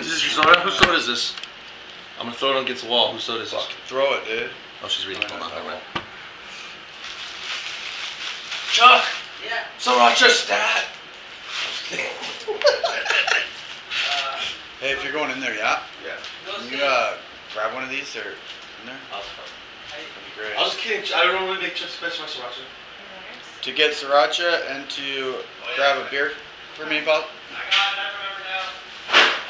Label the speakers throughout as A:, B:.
A: Is this your soda? Whose soda is this? I'm gonna throw it against the wall. Whose soda is this?
B: Throw it, dude.
A: Oh, she's reading. Hold on, hold on.
B: Chuck!
C: Yeah.
A: So Rochester. Dad.
C: Uh,
B: Hey, if you're going in there, yeah?
D: Yeah.
C: those
B: Can you
C: guys-
B: uh, grab one of these or in there?
D: I'll,
B: That'd be
D: I was
B: great.
D: kidding. I don't really make chips special my sriracha.
B: To get sriracha and to grab a beer for me,
D: I got
B: Bob?
D: it. I remember now.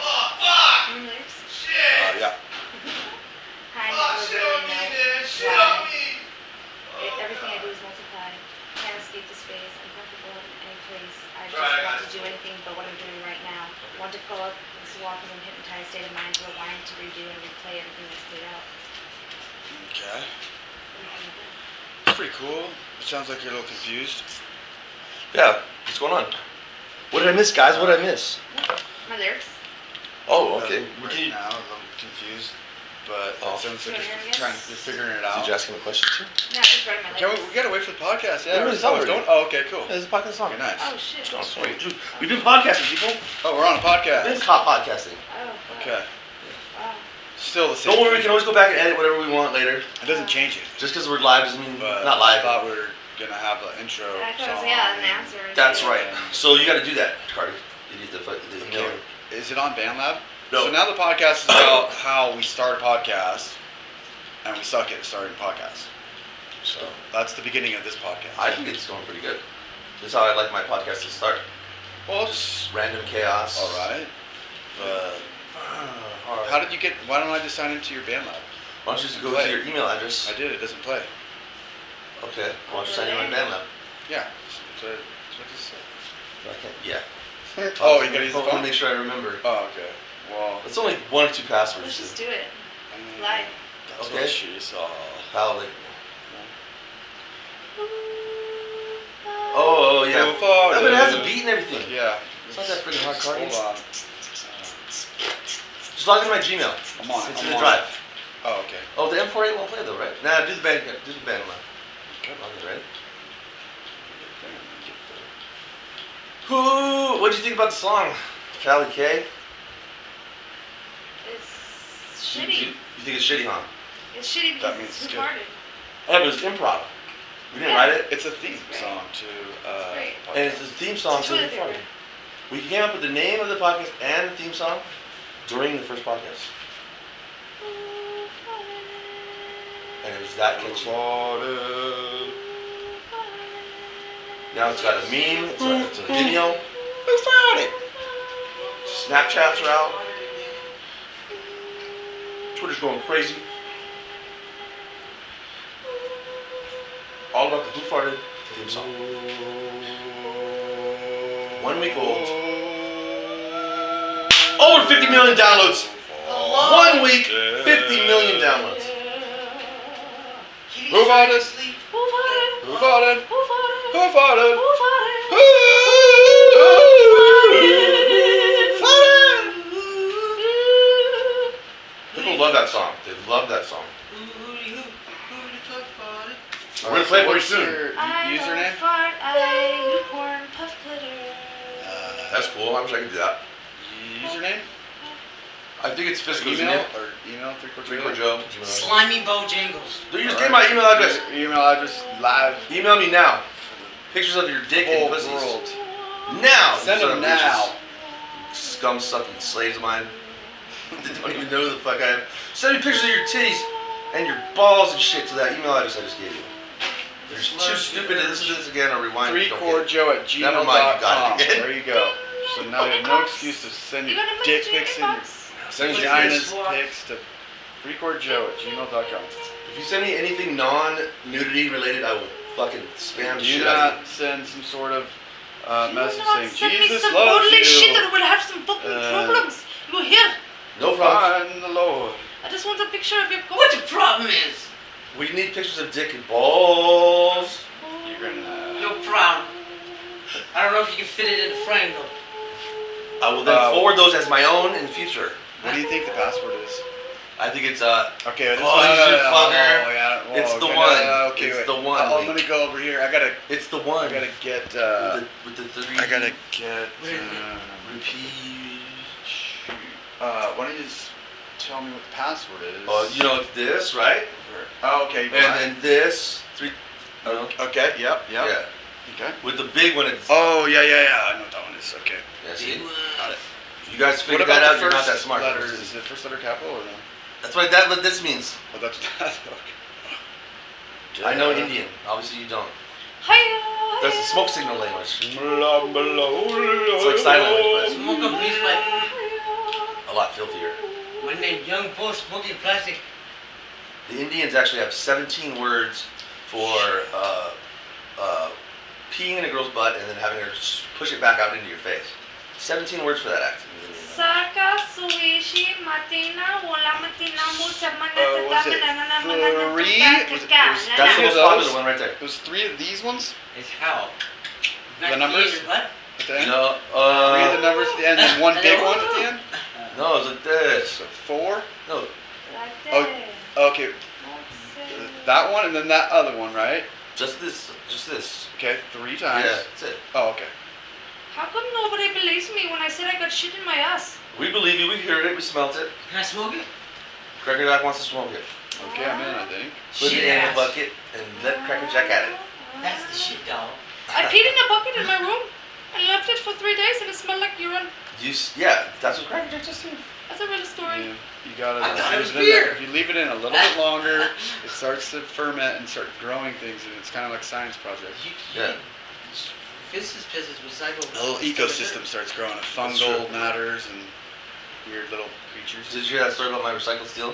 D: Oh, fuck!
B: Uh,
D: Shit!
B: yeah.
D: Oh, shit on me, man. Shit on me. Oh,
E: Everything I
D: God.
E: do is multiply. Can't escape this phase. I'm comfortable in any place. I just
D: Right, I got
E: want to do anything but what I'm doing right now. Want to fill up this walk in a hypnotized state of mind to rewind to redo and replay everything that's played out.
B: Okay. It's pretty cool. It sounds like you're a little confused.
A: Yeah. What's going on? What did I miss, guys? What did I miss?
E: My lyrics?
A: Oh,
B: Uh,
A: okay.
B: Right
A: Can you,
B: now, I'm a little confused, but
A: Oh.
B: it sounds like you're
E: Nervous?
B: trying, you're figuring it
A: did
B: out.
A: you ask him a question too?
E: No, I just wrote my
B: Can we,
E: lyrics.
B: we gotta wait for the podcast.
A: We're
B: Yeah.
A: really
B: oh,
A: celebrating.
B: don't- oh, okay, cool.
A: Yeah, it's a podcast song.
B: Okay, nice.
E: Oh, shit.
A: Oh,
E: Oh,
A: sorry. We've been podcasting, people.
B: Oh, we're on a
A: This
B: podcast.
A: is hot podcasting.
E: Oh, fuck.
B: Okay.
E: Wow.
B: Still the same.
A: Don't worry, we can always go back and edit whatever we want later.
B: It doesn't change it.
A: Just because we're live doesn't mean
B: But
A: not
B: I
A: live.
B: thought we were gonna have an intro.
E: I thought it was,
B: song.
E: yeah, an answer. or
A: That's
E: something.
A: right. So you got to do that, Cardi. You need to fuck- you
B: Okay.
A: know.
B: Is it on BandLab?
A: No.
B: So now the podcast is about how we start a podcast, and we suck at starting podcasts.
A: So
B: That's the beginning of this podcast.
A: I think it's going pretty good. This is how I like my podcast to start.
B: well, it's
A: Just random chaos.
B: all right. But
A: all right.
B: how did you get? Why don't I just sign into your BandLab?
A: Why don't you just go to your email address?
B: I did. It doesn't play.
A: Okay. Why don't you sign in my band lab?
B: Yeah. It's, it's, it's what it
A: Yeah.
B: said. oh, you gotta use the
A: I want to
B: phone.
A: make sure I remember.
B: Oh, okay. Well,
A: It's only one or two
E: Let's just
A: passwords.
E: do it.
B: mm,
E: Live.
B: That's
A: Okay.
B: what she saw.
A: Probably. Oh, oh yeah.
B: Go forward.
A: I mean, it has a beat and everything.
B: Yeah.
A: It's not that freaking hard, Cardi.
B: Hold on. Uh,
A: Just log into my Gmail.
B: I'm on.
A: Into
B: I'm
A: the
B: on.
A: drive.
B: Oh, okay.
A: Oh, the M48 won't play though, right? Nah, do the band, do the band lab.
B: Come
A: On
B: on.
A: it, right? Who? What'd you think about the song? Callie K.
E: It's
A: You, you,
E: shitty.
A: you think it's shitty, huh?
E: It's shitty because
B: means
E: it's
B: it's good.
E: retarded.
A: Yeah, but it's improv. We didn't
E: Yeah.
A: write it,
B: It's a theme
E: It's great.
B: song to. Uh,
E: It's
B: podcast.
A: and it's the theme song.
E: It's
A: So
E: toilet
A: it's funny.
E: paper.
A: We came up with the name of the podcast and the theme song during the first podcast, and it was that catchy. Now it's got a meme. It's a, it's a video.
B: Who found it?
A: Snapchats are out. Twitter's going crazy. All about the Who Farted theme song. One week old. Over 50 Oh, million downloads. One week, 50 million downloads.
B: Who farted?
E: Who farted?
B: Who farted?
E: Who farted?
B: Who farted?
E: Who farted?
B: Who farted?
A: People love that song. They love that song. We're gonna
B: Alright,
A: play
B: so
A: it for you
B: what's
A: soon.
B: your
E: I
B: Username?
E: don't fart, I eat corn puff glitter.
B: Uh,
A: That's cool. I wish I could do that.
B: username?
A: I think it's
B: Or
A: physical.
B: email? Or email? Three quarter
A: Drink or
B: Joe?
A: Joe.
C: Slimy Bojangles.
A: Do you just give my email address?
B: Email address live.
A: Email me now. Pictures of your dick
B: Whole
A: and pussies.
B: world.
A: Now. you
B: Send
A: son
B: them
A: of bitches.
B: now.
A: Scum sucking slaves of mine. they don't even know who the fuck I am. Send me pictures of your titties and your balls and shit to that email address I just gave you. You're too stupid to listen to this again or rewind.
B: Three
A: it. Don't
B: core
A: get
B: Joe at gmail.com.
A: Never mind, you got it again.
B: There you go. So now you have no excuse to send
E: You
B: your
E: got a
B: dick
E: message in your
B: pics and your
E: inbox?
A: it. Send me your
B: vaginas
A: pictures.
B: pics to three core Joe at gmail.com.
A: If you send me anything non-nudity related, I will fucking spam
B: Do
A: shit
B: you
A: out of
B: not send some sort of uh,
E: Do
B: message
E: not
B: saying
E: send me
B: Jesus
E: some
B: loves
E: modeling shit
B: you?
E: that will have some fucking
B: Uh,
E: problems. You hear?
A: you. No problem.
B: Find the Lord.
E: I just want a picture of your cock.
C: What the problem is?
A: We need pictures of dick and balls.
B: You're gonna.
C: No problem. I don't know if you can fit it in the frame though.
A: I will then
B: Uh,
A: forward those as my own in the future.
B: What do you think the password is?
A: I think it's uh,
B: Okay, this
A: Oh,
B: one-
A: you
B: no, no,
A: should
B: no, no,
A: fucker.
B: oh, yeah, oh,
A: It's the
B: okay, no,
A: one.
B: no, no, okay,
A: It's
B: wait.
A: the one,
B: Oh, I'm
A: Lee.
B: gonna go over here. I gotta,
A: it's the one.
B: I gotta get, uh,
A: with, the, with the three.
B: I gotta get.
C: Wait.
B: um,
A: repeat.
B: Uh, why don't you just tell me what the password is?
A: Oh, you know it's this right,
B: Oh, okay.
A: and
B: fine.
A: then this three. I don't know.
B: Okay. Yep. Yep.
A: Yeah,
B: Okay.
A: with the big one. It's,
B: Oh yeah yeah yeah. I know what that one is. Okay.
A: yeah, see?
C: Big one.
A: You guys
B: what
A: figured
B: about
A: that out.
B: the
A: You're not that
B: first
A: smart.
B: Letter, is the first letter capital or no?
A: That's what that what this means.
B: Oh, that's that's okay.
A: I know
B: Yeah.
A: Indian. Obviously, you don't.
E: Hiya.
A: That's the smoke signal language.
B: It's
A: like sign language,
C: Smoke a piece like
A: A lot filthier.
C: one named Young Bo smoking plastic.
A: The Indians actually have 17 words for uh, uh, peeing in a girl's butt and then having her s- push it back out into your face. 17 words for that act.
E: Saka suishi matina wala matina mucha
B: Uh, was it three? Was it- was-
A: That's the
B: Three of
A: most popular
B: those?
A: one right there.
B: There's three of these ones.
C: It's how.
B: The
C: Not
B: numbers?
C: either, What?
B: At the end.
A: No,
B: Three of the
A: uh,
B: numbers at the end, and one big one at the end.
A: no, it's like this.
B: So four.
A: No,
B: Okay, Oh, that one and then that other one, right?
A: just this, just this.
B: Okay, three
A: Yeah,
B: times.
A: that's it.
B: Oh, okay.
E: How come nobody believes me when I said I got shit in my ass?
A: We believe you. We heard it. We smelt it.
C: Can I smoke it?
A: Cracker Jack wants to smoke it.
B: Okay, I'm in. I think.
A: Put
C: Shit
A: it in a
C: ass.
A: bucket and let Cracker Jack at it.
C: That's the shit, dog.
E: Oh. I peed in a bucket in my room and left it for three days and it smelled like urine.
A: You, s- yeah, that's what Cracker Jack just did.
E: That's a real story.
B: You, you gotta
C: I thought it was
B: leave in there.
C: beer.
B: If you leave it in a little bit longer, it starts to ferment and start growing things, and it's kind of like science project.
C: You, you
A: Yeah.
C: Fist's pisses recycle.
B: The whole ecosystem starts growing of
A: That's
B: fungal
A: true.
B: matters and weird little creatures.
A: Did you hear that story about my recycled steel?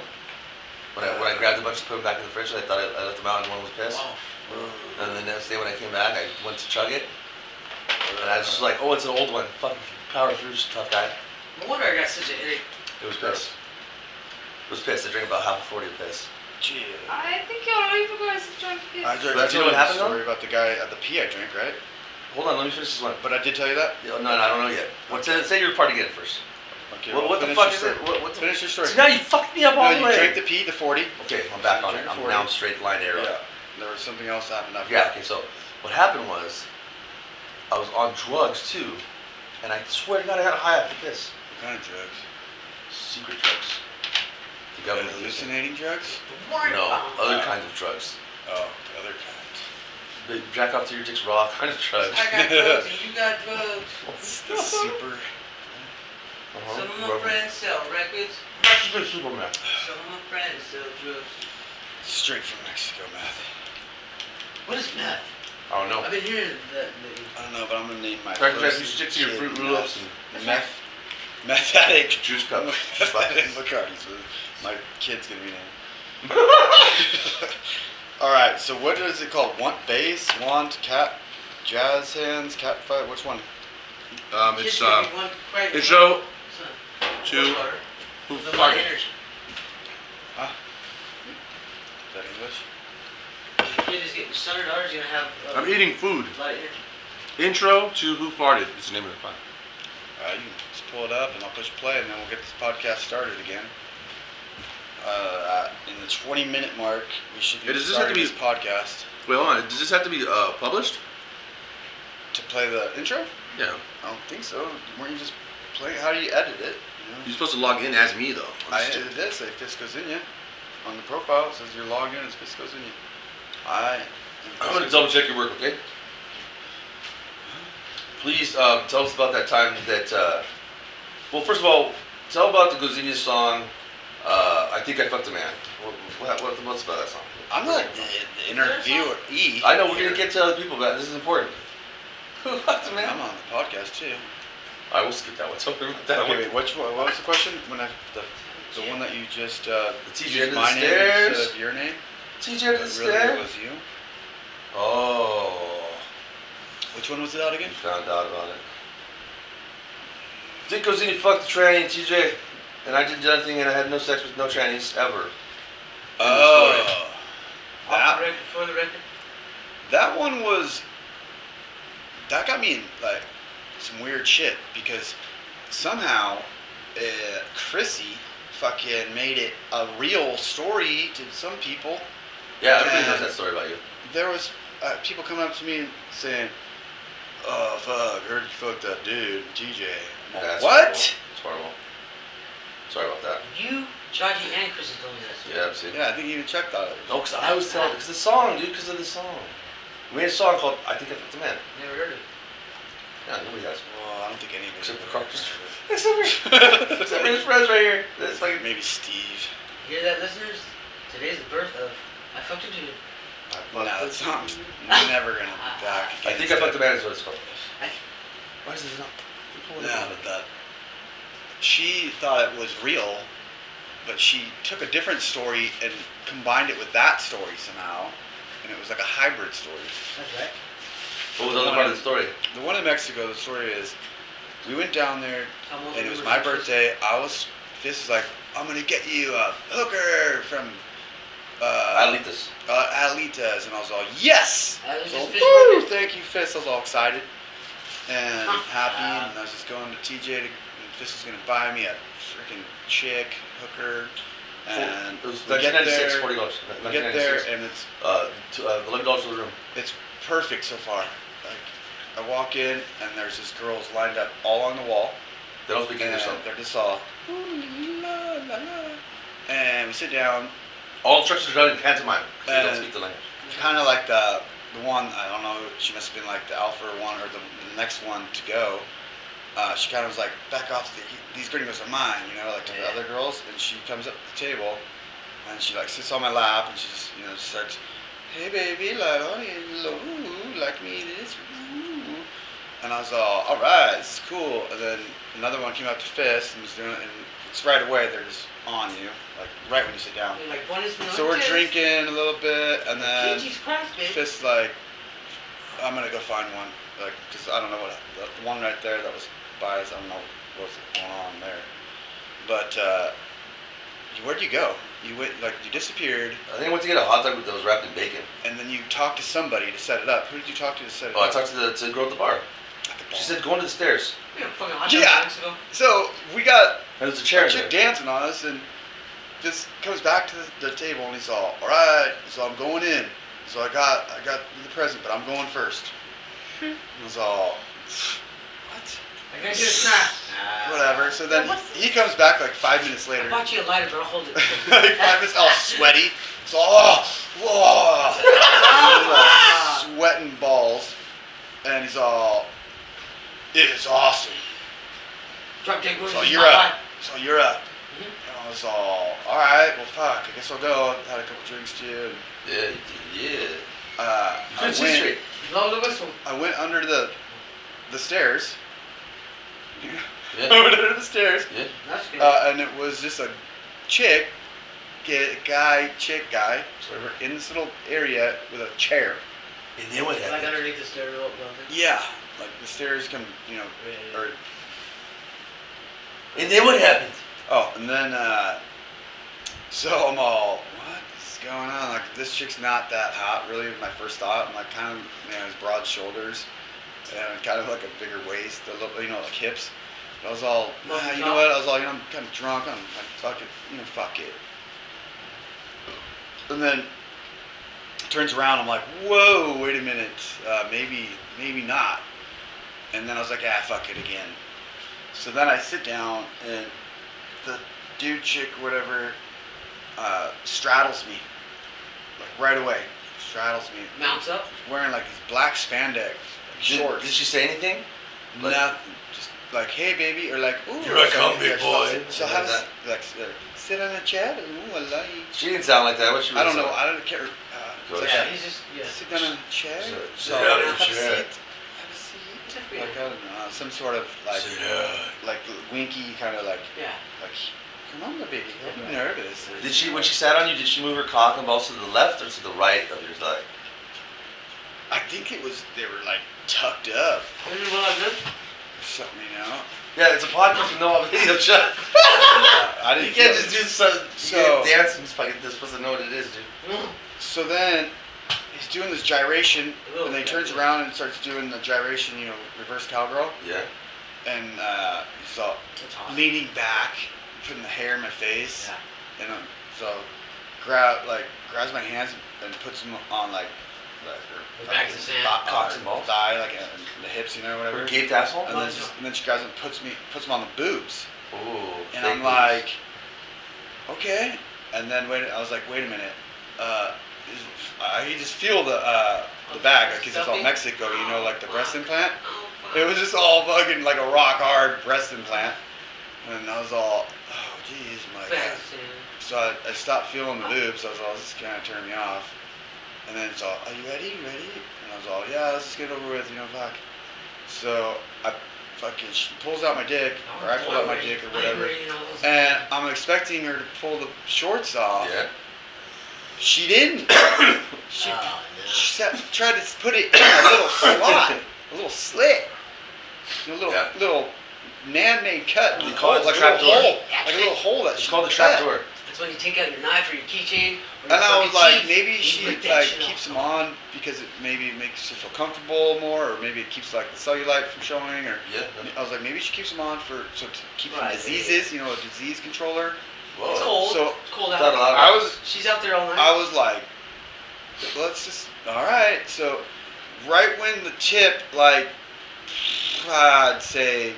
A: When I, when I grabbed a bunch to put them back in the fridge, I thought I, I left them out and one was pissed.
C: Wow.
B: Oh,
A: And the next day when I came back, I went to chug it. And I was just like, oh, it's an old one. Fucking power through, just tough guy.
C: No wonder I got such a headache.
A: It was piss. It was piss. I drank about half a 40 of piss.
B: Gee.
E: I think all of you guys have drank this.
B: I drank,
A: But
B: I
A: you
B: told
A: know
B: you
A: what
B: the
A: happened,
B: story about the guy at the pee I drank, right?
A: Hold on, let me finish this one.
B: But I did tell you that.
A: No, no, I don't know yet. What, say, say your part again first.
B: Okay.
A: what
B: well,
A: what the
B: finish
A: fuck
B: your
A: is
B: story.
A: it? What, what the
B: Finish your story.
A: See, now you fucked me up all
B: No,
A: the
B: you drank
A: way.
B: the pee, the 40.
A: Okay, I'm back on it.
B: Drink
A: I'm
B: for
A: now
B: it.
A: straight line arrow.
B: Yeah. There was something else happened after
A: Yeah,
B: that.
A: okay, so what happened was I was on drugs too, and I swear to God, I got high after this.
B: What kind of drugs?
A: Secret drugs. The government. gives me-
B: Hallucinating drugs?
A: No, other
B: Wow.
A: kinds of drugs.
B: Oh, the other kind.
A: They jack off to your dick's raw kind of drugs.
C: I got drugs and you got drugs.
B: The super.
A: Uh-huh.
C: Some of my
A: Rubber.
C: friends sell records.
A: That's good Superman.
C: Some of my friends sell drugs.
B: Straight from Mexico, meth.
C: What is meth?
A: I don't
C: I've
A: know.
C: been hearing that lately.
B: I don't know, but I'm gonna name my
A: Cracker Jack,
B: first
A: you stick to your
B: kid
A: fruit
B: meth.
A: roll-ups
B: Meth. Meth addict.
A: juice cup.
B: Meth addict Bacardi's. My kid's gonna be named. All right. So what is it called? Want bass? Want cat? Jazz hands? Cat fight? Which one?
F: Um,
C: Kids
F: it's
C: give
F: uh,
C: me one crack.
F: intro
C: Son,
F: to
C: water.
F: who
C: There's a lot of
F: fucking.
C: energy.
B: Is that English?
C: The kid is getting son or daughter's gonna have uh,
F: I'm eating food.
C: a lot of energy.
F: Intro to who farted is the name of the file.
B: All right. Uh, You can just pull it up, and I'll push play, and then we'll get this podcast started again. Uh, in the 20 minute mark, we should be
F: Yeah, does this have
B: starting
F: to be-
B: this podcast
F: Wait, hold on. Does this have to be uh, published?
B: to play the intro.
F: Yeah.
B: I don't think so. Weren't you just playing? How do you edit it? You know?
F: You're supposed to log in as me though.
B: I
F: Let's do
B: edited this. I Fisco's in you. On the profile, it says you're logged in as Fisco's in you. I.
A: I'm gonna double check your work, okay? Please um, tell us about that time that. Uh, well, first of all, tell about the Gozinia song. Uh, I think I fucked a man. What, what, what, what's about that song?
B: I'm like the, the interviewer. E.
A: I know we're gonna get to other people, but this is important. Who fucked a
B: I'm
A: man?
B: on the podcast too.
A: I will skip that one. Tell me about that
B: Okay,
A: one.
B: wait. Which one? What was the question? When I the, the one that you just uh,
A: The TJ
B: used
A: under
B: my
A: the
B: name
A: stairs.
B: instead of your name.
A: TJ
B: but
A: to the
B: really, it
A: stairs.
B: was you.
A: Oh,
B: Which one was it out
A: you
B: again?
A: found out about it. Dick Gozini fucked the tranny, TJ, and I did nothing, and I had no sex with no trannies ever.
B: Oh,
C: Off
B: that
C: the record, for the record.
B: That one was. That got me in like some weird shit because somehow uh, eh, Chrissy fucking made it a real story to some people.
A: Yeah, everybody
B: Yeah.
A: knows that story about you.
B: There was uh, people coming up to me and saying, "Oh fuck, heard you fucked that dude, TJ." I'm like,
A: That's
B: what?
A: Horrible. It's horrible. Sorry about that.
C: You, Jackie, and Chris have told me that.
A: Yeah, see.
B: Yeah, I think you even checked on it.
A: No, because I was telling because the song, dude, because of the song. We made a song called "I Think I Fucked a Man."
C: Never heard of it.
A: Yeah, nobody has.
B: Well, I don't think anybody.
A: Except for Carter's. Except for his friends right here. That's like
B: Maybe Steve.
C: Hear that, listeners? Today's the birth of I fucked a dude.
A: I
B: No,
A: fucked a-
B: that's not. Never gonna be back.
A: I
B: again.
A: think I fucked a man is what it's called.
C: I-
A: Why is this not? we pull it
B: No,
A: up.
B: but that. She thought it was real, but she took a different story and combined it with that story somehow, and it was like a hybrid story.
C: That's right.
A: What was the other part of the story?
B: The one in Mexico, the story is, we went down there
C: Tom Wolfe
B: and it was
C: Hoover.
B: my birthday. I was, this is like, I'm gonna get you a hooker from.
A: I
B: Uh,
A: leaked this.
B: uh, Alitas, and I was all yes.
C: I was
B: So,
C: just fishing
B: woo,
C: with
B: thank you, Fist. I was all excited and
C: Huh.
B: happy, and I was just going to TJ to, and Fist was gonna buy me a freaking chick hooker, and
A: It was
B: we get
A: 1996,
B: there-
A: forty dollars.
B: we get there, and it's
A: Uh, t- uh, eleven dollars for the room.
B: it's perfect so far. Like, I walk in, and there's just girls lined up all on the wall.
A: They don't speak
B: and
A: English. though.
B: they're just all. "Ooh, la, la, la." And we sit down,
A: All instructions are done in pantomime. 'cause They
B: Uh,
A: don't speak the language.
B: kind of like the the one I don't know. She must have been like the alpha one or the, the next one to go. Uh, she kind of was like, back off. The, these gringos are mine, you know, like to the
C: Yeah.
B: other girls. And she comes up to the table, and she like sits on my lap, and she just you know starts, hey baby, la la la, ooh, like me this. Ooh. And I was all, all right, it's cool. And then another one came up to fist and was doing it, and it's right away. They're just on you, like right when you sit down.
C: You're like, "Buenos
B: So we're
C: noches."
B: drinking a little bit, and then.
C: Jesus Christ, babe.
B: Fist like, I'm gonna go find one, like, cause I don't know what the one right there that was biased. I don't know what's going on there. But uh, where'd you go? You went like you disappeared,
A: I think I went to get a hot dog that was wrapped in bacon.
B: and then you talked to somebody to set it up. Who did you talk to to set it
A: Oh, I
B: up?
A: talked to the, to the girl at the bar.
B: At the bar.
A: She said, "Go into the stairs."
C: We had a fucking hot dog
B: Yeah.
C: two weeks ago.
B: so we got
A: And there's a
B: a
A: chair there.
B: chick dancing on us, and just comes back to the, the table, and he's all, all right. So I'm going in. So I got I got the present, but I'm going first. I was all, what?
C: I got you a snack.
B: Whatever. So then
E: What's-
B: he comes back like five minutes
C: I
B: later. like
C: bought you a lighter, but I'll hold it.
B: five minutes, all sweaty. So oh, whoa, Like, sweating balls, and he's all, it is awesome.
C: Drop dead gorgeous.
B: So
C: my
B: you're up.
C: life.
B: So you're up.
C: Mhm.
B: And I was all, all right. Well, fuck. I guess I'll go. Had a couple drinks too. And,
A: Yeah, yeah. You
B: uh, I
A: couldn't see
B: went.
A: straight.
C: Blow the whistle.
B: I went under the, the stairs. I
A: Yeah,
B: went under the stairs.
A: yeah.
C: That's good.
B: uh, and it was just a chick, ga- guy, chick, guy, whatever, in this little area with a chair.
A: And then what
C: like
A: happened?
C: underneath the stereo. Yeah.
B: Yeah, like the stairs come, you know, or
A: And then what happened?
B: oh, and then uh, so I'm all, what is going on? Like this chick's not that hot, really. was My first thought, I'm like, kind of, you know, his broad shoulders, and kind of like a bigger waist, a little, you know, like hips. But I was all,
C: Well,
B: nah, you
C: no.
B: know what? I was all, you know, I'm kind of drunk. I'm like, fuck it, you know, fuck it. And then turns around. I'm like, whoa, wait a minute, uh, maybe, maybe not. And then I was like, ah, fuck it again. So then I sit down and the dude, chick, whatever, uh, straddles me, like right away, straddles me,
C: Mounts up.
B: wearing like these black spandex
A: Did,
B: shorts.
A: did she say anything? like-
B: Nothing. Just like, hey, baby, or like, ooh.
A: Here I
B: so-
A: come, big
B: yeah, so-
A: boy.
B: So how does like uh, sit on a chair? Ooh, I like.
A: She didn't sound like that. What she
B: I
A: really
B: don't know.
A: sound
B: I don't care. Uh,
A: Go
B: it's like,
C: Yeah, he's just yeah.
B: Sit down on a chair.
A: Sit- sit
B: So,
A: down on a
B: have
A: chair.
B: seat. Have a seat.
C: It's a
B: Like I
C: freedom.
B: don't know, some sort of like,
A: Sit down.
B: like winky kind of like,
C: Yeah.
B: like, come on, baby, don't be nervous.
A: Did she when she sat on you? Did she move her cock and balls to the left or to the right of your thigh?
B: I think it was they were like tucked up
C: This is what I did.
B: or something, you know.
A: Yeah, it's a podcast with no video shot.
B: I
A: You
B: didn't.
A: can't
B: feel-
A: just do some
B: So-
A: you can't dance and fucking. They're supposed to know what it is, dude.
B: So then he's doing this gyration, and then he turns around and starts doing the gyration, you know, reverse cowgirl,
A: Yeah.
B: and uh, he's all
C: That's awesome.
B: leaning back, putting the hair in my face,
C: Yeah.
B: and um, so grab like grabs my hands and puts them on like. Like,
C: The
B: her
C: back of
B: fucking
C: the sand?
B: thigh-
A: Cocks and balls?
B: thigh, like uh, the hips, you know, whatever.
A: Her gaped asshole?
B: And then, just, and then she grabs and puts me puts them on the boobs,
A: Ooh.
B: and
A: fake
B: I'm
A: boobs.
B: like, okay. And then wait, I was like, wait a minute. Uh, is, I you just feel the uh, the back because it's all Mexico, you know, like the breast implant.
C: Oh, fuck.
B: It was just all fucking like a rock hard breast implant, and I was all, oh jeez, my god.
C: Back to-
B: So I, I stopped feeling the boobs. I was all, this is kind of turning me off. And then it's all, are you ready? You ready? And I was all, yeah, let's just get it over with, you know, fuck. So I fucking, she pulls out my dick, or I pull out my dick or whatever.
C: Angry and all those-
B: And I'm expecting her to pull the shorts off.
F: Yeah.
B: She didn't.
C: Oh,
B: she
C: no.
B: she sat, tried to put it in a little slot, a little slit, a little
F: Yeah.
B: little man-made cut.
A: We
B: in the
A: call it
B: hole,
A: the
B: like
A: trap
B: a
A: door.
B: little hole, like a little hole that
A: It's
B: she
A: called the
B: cut.
A: trap door.
C: That's when you take out your knife or your keychain. or your
B: And I was
C: fucking
B: like,
C: teeth.
B: maybe
C: You
B: she
C: break that
B: like
C: shit off.
B: keeps them on because it maybe it makes her feel comfortable more, or maybe it keeps like the cellulite from showing, or.
A: Yeah.
B: I was like, maybe she keeps them on for so to keep from
C: Right.
B: diseases, you know, a disease controller.
A: Whoa.
C: It's cold.
B: Oh, So-
C: it's cold
A: Not a
C: out.
A: lot of
B: I was
C: She's out there all night.
B: I was like, let's just, all right. So, right when the tip, like, I'd say,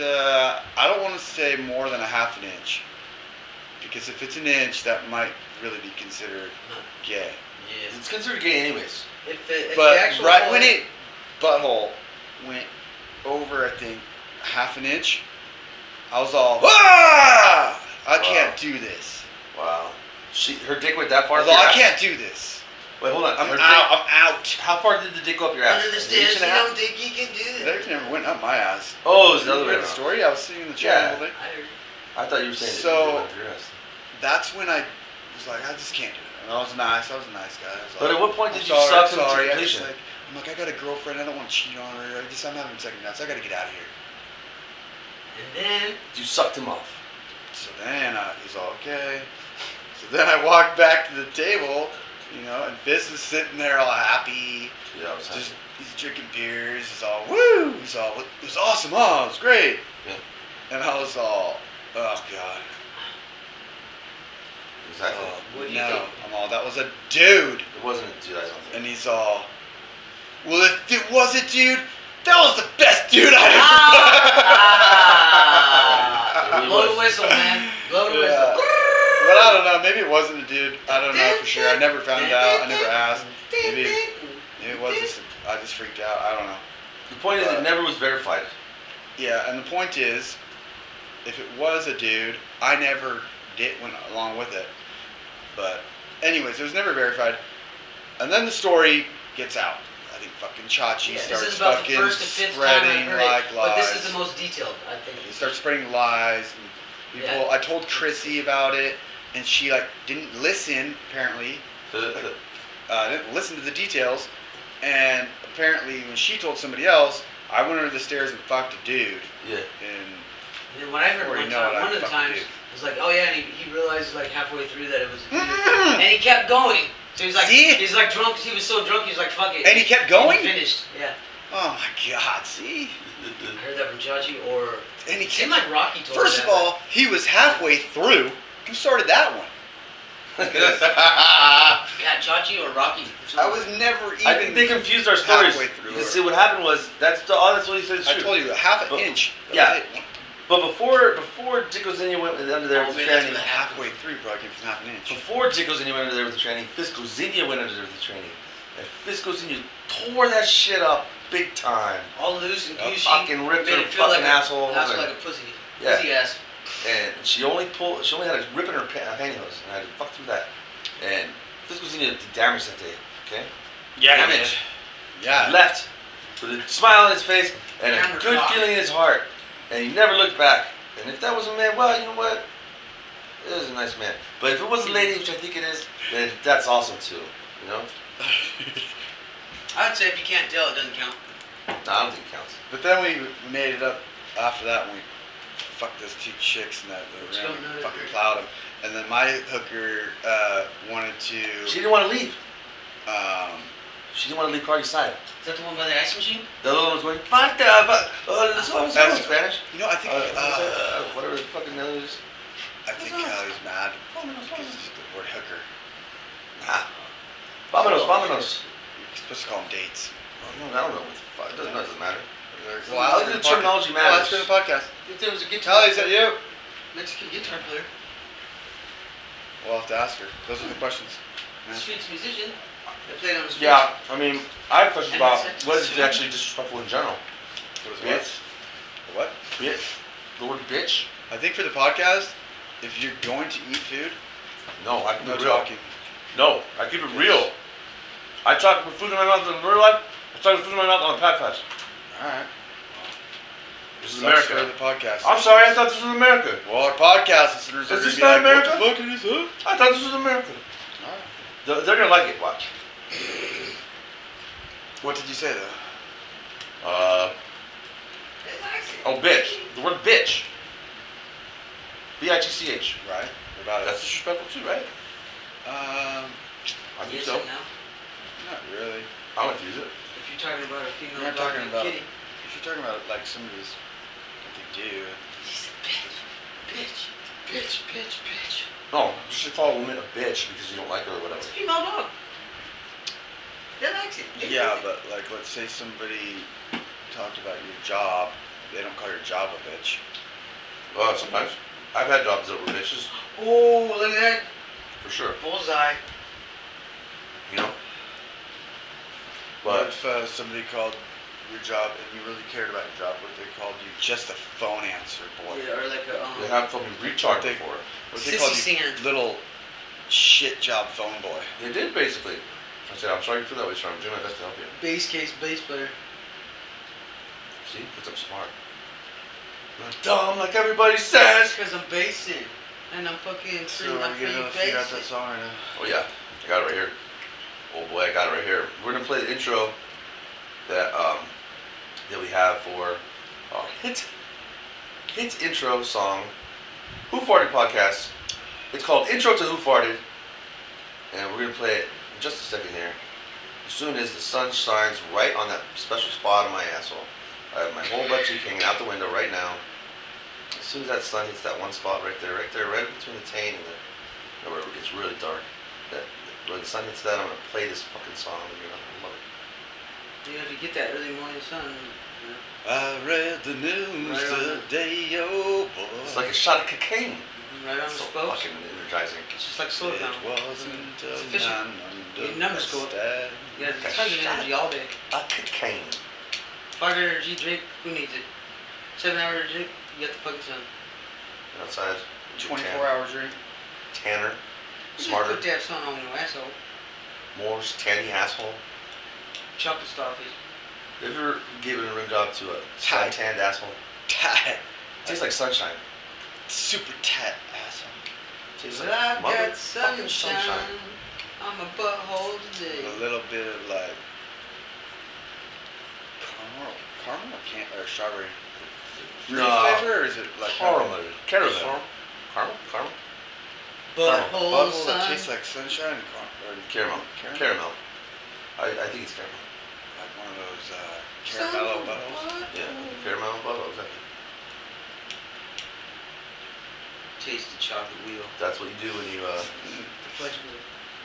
B: uh, I don't want to say more than a half an inch. Because if it's an inch, that might really be considered gay.
C: Yes.
A: It's considered gay, anyways.
C: If the, if
B: But
C: the actual
B: right
C: hole-
B: when it, butthole went over, I think, half an inch, I was all, ah! I can't
A: Wow.
B: do this.
A: Wow. She, her dick went that
B: I
A: far.
B: was
A: up
B: all,
A: your
B: I
A: ass?
B: can't do this.
A: Wait, hold on.
B: I'm
A: Her
B: out.
A: dick-
B: I'm out.
A: how far did the dick go up your ass?
C: under the
A: An inch
C: stairs,
A: and
C: you
A: a half?
C: don't think you can do that.
B: That never went up my ass.
A: Oh, it was another way
B: Remember the
A: around.
B: story. I was sitting in the chair.
A: Yeah.
B: and all that.
C: I heard-
A: I thought you were saying it
B: So-
A: went up your ass.
B: That's when I was like, I just can't do it. And I was nice. I was a nice guy. I was
A: But
B: like,
A: at what point
B: I'm
A: did you
B: sorry,
A: suck
B: I'm
A: him to
B: sorry. I
A: completion?
B: just like, I'm like, I got a girlfriend. I don't want to cheat on her. I just, I'm having second thoughts. I got to get out of here.
C: And then
A: You sucked him off.
B: So then I was all okay. So then I walked back to the table, you know, and Fizz is sitting there all happy.
A: Yeah, I was
B: Just he's drinking beers. He's all woo. He's all it was awesome. Oh, it was great.
A: Yeah.
B: And I was all, oh god.
A: Exactly.
B: Oh,
C: What do you
B: no,
C: think?
B: I'm all that was a dude,
A: It wasn't a dude, I don't think.
B: and he's all. Well, if it was a dude, that was the best dude I ever.
C: Ah!
A: It
C: blow
A: was.
C: the whistle, man. Blow the
B: Yeah.
C: whistle.
B: But I don't know. Maybe it wasn't a dude. I don't know for sure. I never found out. I never asked. Maybe it, maybe it was. Just, I just freaked out. I don't know.
A: The point is, it never was verified.
B: Yeah, and the point is, if it was a dude, I never did went along with it. But, anyways, it was never verified. And then the story gets out. I think fucking Chachi
C: Yeah,
B: starts
C: this is about the
B: fucking
C: first and fifth time I
B: spreading
C: heard
B: like
C: it,
B: lies.
C: but this is the most detailed, I think.
B: He starts spreading lies. And people, I told Chrissy about it, and she like didn't listen. Apparently, uh, didn't listen to the details. And apparently, when she told somebody else, I went under the stairs and fucked a dude.
A: yeah.
B: And
C: And then what I heard
B: Or
C: one
B: you know what
C: time,
B: I
C: one of the
B: fucking
C: times,
B: did.
C: was like, oh yeah, and he, he realized like halfway through that it was a dude. and
B: Mm.
C: he kept going. So he's like,
B: See?
C: he's like drunk. He was so drunk, he was like, fuck it.
B: And he kept
C: He
B: going?
C: finished. Yeah.
B: Oh my god, see?
C: I heard that from Chachi or.
B: And he
C: It seemed
B: kept.
C: like Rocky told
B: First
C: me
B: of
C: that,
B: all, he was halfway through. Who started that one?
C: but- Yeah, Chachi or Rocky. or something.
B: I was never even.
A: I think they confused our stories.
B: halfway through
A: You
B: or-
A: see, what happened was that's the, oh, that's what he said. Is
B: I
A: true.
B: told you, half an
A: But-
B: inch. That
A: yeah.
B: was it.
A: But before before Dick was in, he went under there
C: Oh,
A: with the
C: man, that's
A: tranny.
C: what
B: Halfway through, bro, I came from half an inch.
A: Before Dick was in, he went under there with the tranny. Fisco Zinnia went under there with the tranny. And Fisco Zinnia tore that shit up big time.
C: all loose and
A: Yeah,
C: gooshy.
A: fucking ripped
C: made
A: her
C: it feel
A: fucking
C: like a-
A: asshole.
C: Asshole like a pussy.
A: Yeah.
C: Pussy ass.
A: and she only pulled. She only had a rip in her pan, pantyhose, and I had to fuck through that. And Fisco Zinnia did damage that day. Okay,
B: Yeah,
A: damage.
B: Yeah.
A: He left with a smile on his face and
C: Hammer
A: a good
C: cock.
A: feeling in his heart, and he never looked back. And if that was a man, well, you know what? It was a nice man. But if it was a lady, which I think it is, then that's awesome too. You know?
C: I'd say if you can't tell, it doesn't count.
A: No, I don't think it counts.
B: but then we made it up after that when we fucked those two chicks in that
C: She
B: room.
C: don't know
B: We
C: that
B: fucking
C: girl.
B: plowed them. And then my hooker uh, wanted to.
A: She didn't want to leave.
B: Um,
A: She didn't want to leave Cardi's side.
G: Is that the one by the ice machine?
A: The other one was going, Marta, va- oh, that's what I was That's in Spanish.
B: You know, I think
A: Uh,
B: uh,
A: uh, whatever the fucking name is.
B: I think Callie's mad because it's the word hooker.
A: Ah. Vámonos, vámonos.
B: You're supposed to call them dates.
A: I don't know what the fuck. It doesn't, doesn't matter.
B: Well, I'll
A: the
B: do the
A: terminology matters.
B: the podcast.
G: There was a guitar.
B: Callie, is that you?
G: Mexican guitar player.
B: We'll have to ask her. Those are the questions. Yeah.
G: Streets musician. They played on the streets.
A: Yeah, I mean, I have questions
G: And
A: about
G: that's it.
A: what is actually disrespectful in general.
B: What is what?
A: Bitch,
B: What?
A: bitch, the word bitch.
B: I think for the podcast, if you're going to eat food,
A: No, I keep
B: no
A: it real.
B: talking.
A: No, I keep it real. I talk with food in my mouth in real life. I talk with food in my mouth on a Pat Fest.
B: All right.
A: This is
B: Sucks
A: America.
B: For the podcast.
A: I'm sorry, I thought this was America.
B: Well, our podcast listeners are
A: Is
B: going
A: this
B: to be
A: not
B: like,
A: America?
B: what the fuck is this? Huh?
A: I thought this was America.
B: All right.
A: They're, they're gonna like it. Watch.
B: What did you say though?
A: Uh, oh, bitch. The word bitch. B i t c h.
B: Right. What about
A: That's
B: it?
A: disrespectful too, right?
B: Um,
A: I think
G: Yes,
A: so.
G: now.
B: not really.
A: I would use it.
G: If you're talking about a female
B: You're not
G: dog
B: talking
G: named
B: about-
G: kitty.
B: If you're talking about like somebody's, what they do.
G: He's a bitch. Bitch. Bitch, bitch, bitch.
A: No, you should call a woman a bitch because you don't like her or whatever.
G: It's a female dog. They likes it. They
B: Yeah,
G: likes it.
B: but like, let's say somebody talked about your job. They don't call your job a bitch.
A: Uh, sometimes. I've had jobs that were bitches,
G: Oh, look at that.
A: for sure.
G: Bullseye.
A: You know.
B: What
A: But
B: if uh, somebody called your job and you really cared about your job, but they called you just a phone answer boy?
G: Yeah, or like a, um,
A: they have fucking retard
B: They-
A: before.
B: What if they called
G: Sissy
B: you
G: singer.
B: little shit job phone boy?
A: They did basically. I said, I'm sorry you feel that way, sir. I'm doing my best to help you.
G: bass case bass player.
A: See, because I'm smart. I'm not dumb like everybody says.
G: because I'm basing. And I'm fucking
B: So
G: treating my
B: we're gonna
G: free
B: figure out that
G: bass.
B: song right now.
A: Oh yeah, I got it right here. Oh boy, I got it right here. We're gonna play the intro that um that we have for our hit hit intro song, Who Farted podcast. It's called Intro to Who Farted, and we're gonna play it in just a second here. As soon as the sun shines right on that special spot on my asshole, I have my whole butt cheek hanging out the window right now. As soon as that sun hits that one spot right there, right there, right between the taint and the you know, where it gets really dark. That when the sun hits that, I'm gonna play this fucking song and you're gonna love it.
G: You know, if you get that early morning sun, Mm-hmm. you know,
B: I read the news
G: Right on.
B: today, oh boy.
A: It's like a shot of cocaine.
G: right on the
A: so
G: spokes.
A: fucking energizing.
G: It's just like slow
B: it
G: down.
B: wasn't
G: It's
B: a
G: efficient.
B: man
G: Your
B: under
G: numbers
B: the
G: go up.
B: sky.
G: Yeah,
A: Like a
G: tons of
A: shot.
G: energy all day.
A: A cocaine.
G: Five energy drink, who needs it? Seven hour drink, you got the fucking sun.
A: And Outside.
B: Twenty-four hour dream.
A: Tanner.
G: You just
A: Smarter.
G: Put that sun on your asshole.
A: Moore's tanny asshole.
G: Chocolate starfish.
A: Have you ever given a rim job to a
B: Tight.
A: sun-tanned asshole?
B: Tight,
A: tastes like sunshine.
B: super tight asshole.
A: tastes
G: Well,
A: like
G: I
A: motherfucking
G: got sunshine, on my butthole today.
B: A little bit of like caramel, caramel can't or strawberry. Fruit
A: No.
B: flavor or is it like
A: Caramel. Caramel.
B: Caramel.
A: Caramel? Caramel?
B: Bubble
G: Butthole
B: that tastes
G: sun.
B: like sunshine and caramel. Or
A: Caramel.
B: Caramel.
A: Caramel. I, I think it's caramel.
B: Like one of those uh,
G: Sun
B: caramello
G: on my
B: bubbles.
A: Yeah.
B: Oh.
G: butthole.
A: Caramel and bubble, exactly.
G: Taste the chocolate wheel.
A: That's what you do when you uh
G: The fudge wheel.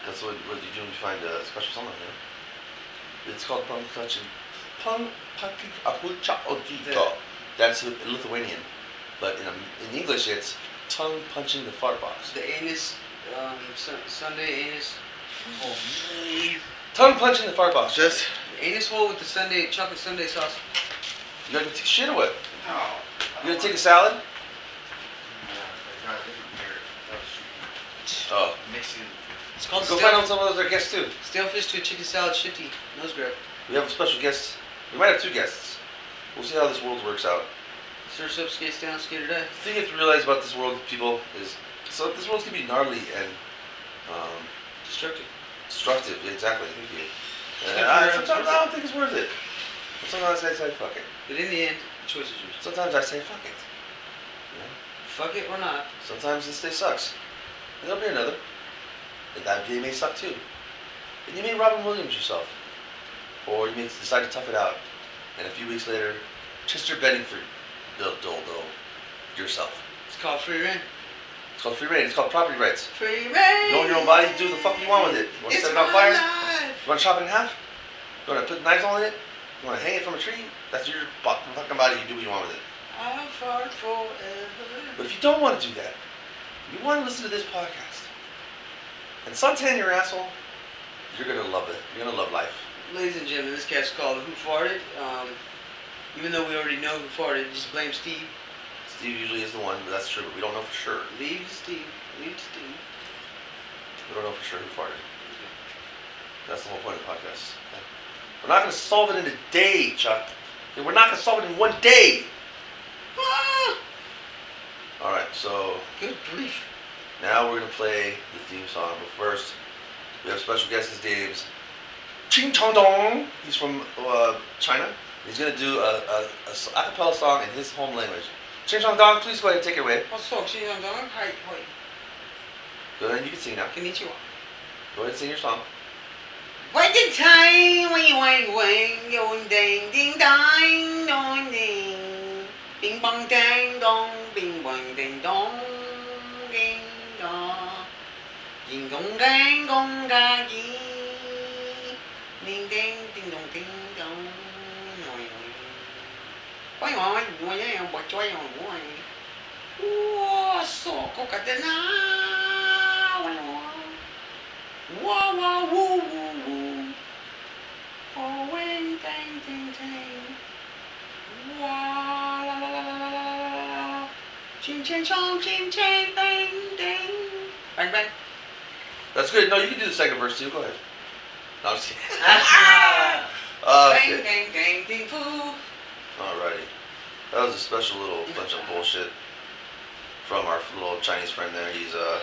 A: That's what, what you do when you find a special someone, you know? It's called Punk Kachin. Punk Apucha Ojito. That's Li- Lithuanian. But in, in English, it's tongue punching the fart box.
G: The anus, um, sun, Sunday anus
B: Oh,
G: hole.
A: Tongue punching the fart box.
B: Just
G: The anus hole with the Sunday chocolate Sunday sauce.
A: You gotta take shit away.
B: no.
A: You gotta take a salad? Oh.
B: Mixing.
G: It's called
A: Go
G: stale,
A: find out some of those other guests too.
G: stale fish to a chicken salad shifty nose grab.
A: We have a special guest. We might have two guests. We'll see how this world works out.
G: Surf's up, skates down, skater die.
A: The thing you have to realize about this world, people, is so this world's gonna be gnarly and um,
G: Destructive.
A: Destructive, exactly. Thank you.
G: Except
A: And I,
G: for-
A: sometimes I don't think it's worth it. But Sometimes I say fuck it.
G: But in the end, the choice is yours.
A: Sometimes I say fuck it.
G: Fuck it or not.
A: Sometimes this day sucks. And there'll be another. And that day may suck too. And you may Robin Williams yourself. Or you may decide to tough it out, and a few weeks later, Chester Benningford, they'll dole dole yourself.
G: It's called free reign.
A: It's called free reign. It's called property rights.
G: Free reign.
A: You own your own body. Do the fuck you want with it. You want to
G: It's
A: set it
G: my
A: on fire?
G: life.
A: You want to chop it in half? You want to put knives on it? You want to hang it from a tree? That's your bu- fucking body. You do what you want with it.
G: I'm far forever.
A: But if you don't want to do that, you want to listen to this podcast and suntan your asshole, you're gonna love it. You're gonna love life.
G: Ladies and gentlemen, this cast called Who Farted. Um, even though we already know who farted, just blame Steve.
A: Steve usually is the one, but that's true. But we don't know for sure.
G: Leave Steve. Leave Steve.
A: We don't know for sure who farted. That's the whole point of the podcast. We're not gonna solve it in a day, Chuck. We're not gonna solve it in one day.
G: Ah,
A: All right, so
G: good grief.
A: Now we're gonna play the theme song, but first we have special guest. His name's Ching Chong Dong. He's from uh, China. He's gonna do a, a, a s- a cappella song in his home language. Ching Chong Dong, please go ahead and take it away.
G: What's up, Xing Yang Dong? Hi, hi.
A: Go ahead, you can sing now.
G: Konnichiwa.
A: Go ahead and sing your song.
G: What the time? Wing, wing, wing, yo, ding, ding, ding, dong, ding. Bing, bong, ding, dong, bing, bong, ding, dong, ding, dong. Ding, dong, dang, dong, ga, ding. Ding, ding, ding, dong, ding, dong. Wing, wing, wing, wing, wing, wing, wing, wing. Whoa, so, coca-cola. Wing, wing. Wah wah woo woo woo. Oh wing dang ding dang. Wah la la la la la la la la. Ching ching chong ching ching ding ding. Bang bang.
A: That's good. No, you can do the second verse too. Go ahead. No, I'm just kidding.
G: Ah!
A: Uh,
G: Bang
A: shit.
G: dang dang ding foo.
A: Alrighty. That was a special little bunch of bullshit from our little Chinese friend there. He's uh,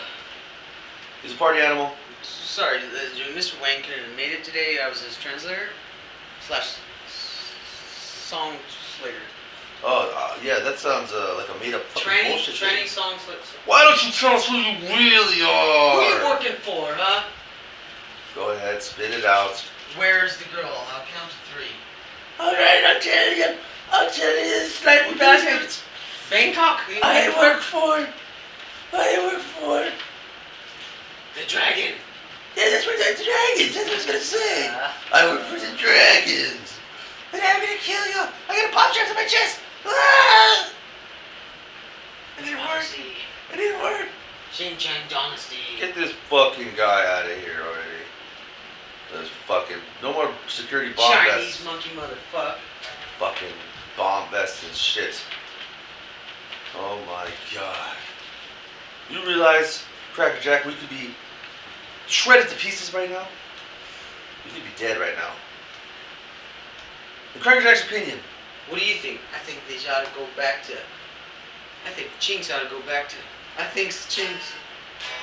A: he's a party animal.
G: Sorry, Mr. uh, Wang could have made it today. I was his translator slash song slater.
A: Oh, uh, yeah, that sounds uh, like a made up fucking bullshit. thing.
G: song slater.
A: Why don't you tell us who you really are?
G: working for, huh?
A: Go ahead, spit it out.
G: Where's the girl? I'll count to three.
A: Alright, I'll tell you. I'll tell you this sniper
G: bastards. Bangkok.
A: work for. I work for.
G: the dragon.
A: Yeah, that's what the dragons. That's what I was gonna say. I work for the dragons. And I'm gonna kill you. I got a pop shot to my chest. Ah! It didn't work. It didn't work.
G: Shin Chan Dynasty.
A: Get this fucking guy out of here already. This fucking no more security bomb
G: Chinese
A: vests,
G: monkey motherfucker.
A: fucking bomb vests and shit. Oh my god. You realize, Cracker Jack, we could be shredded to pieces right now. We could be dead right now. In Cracker Jack's opinion,
G: What do you think? I think they ought to go back to. I think Chinks ought to go back to. I think Chinks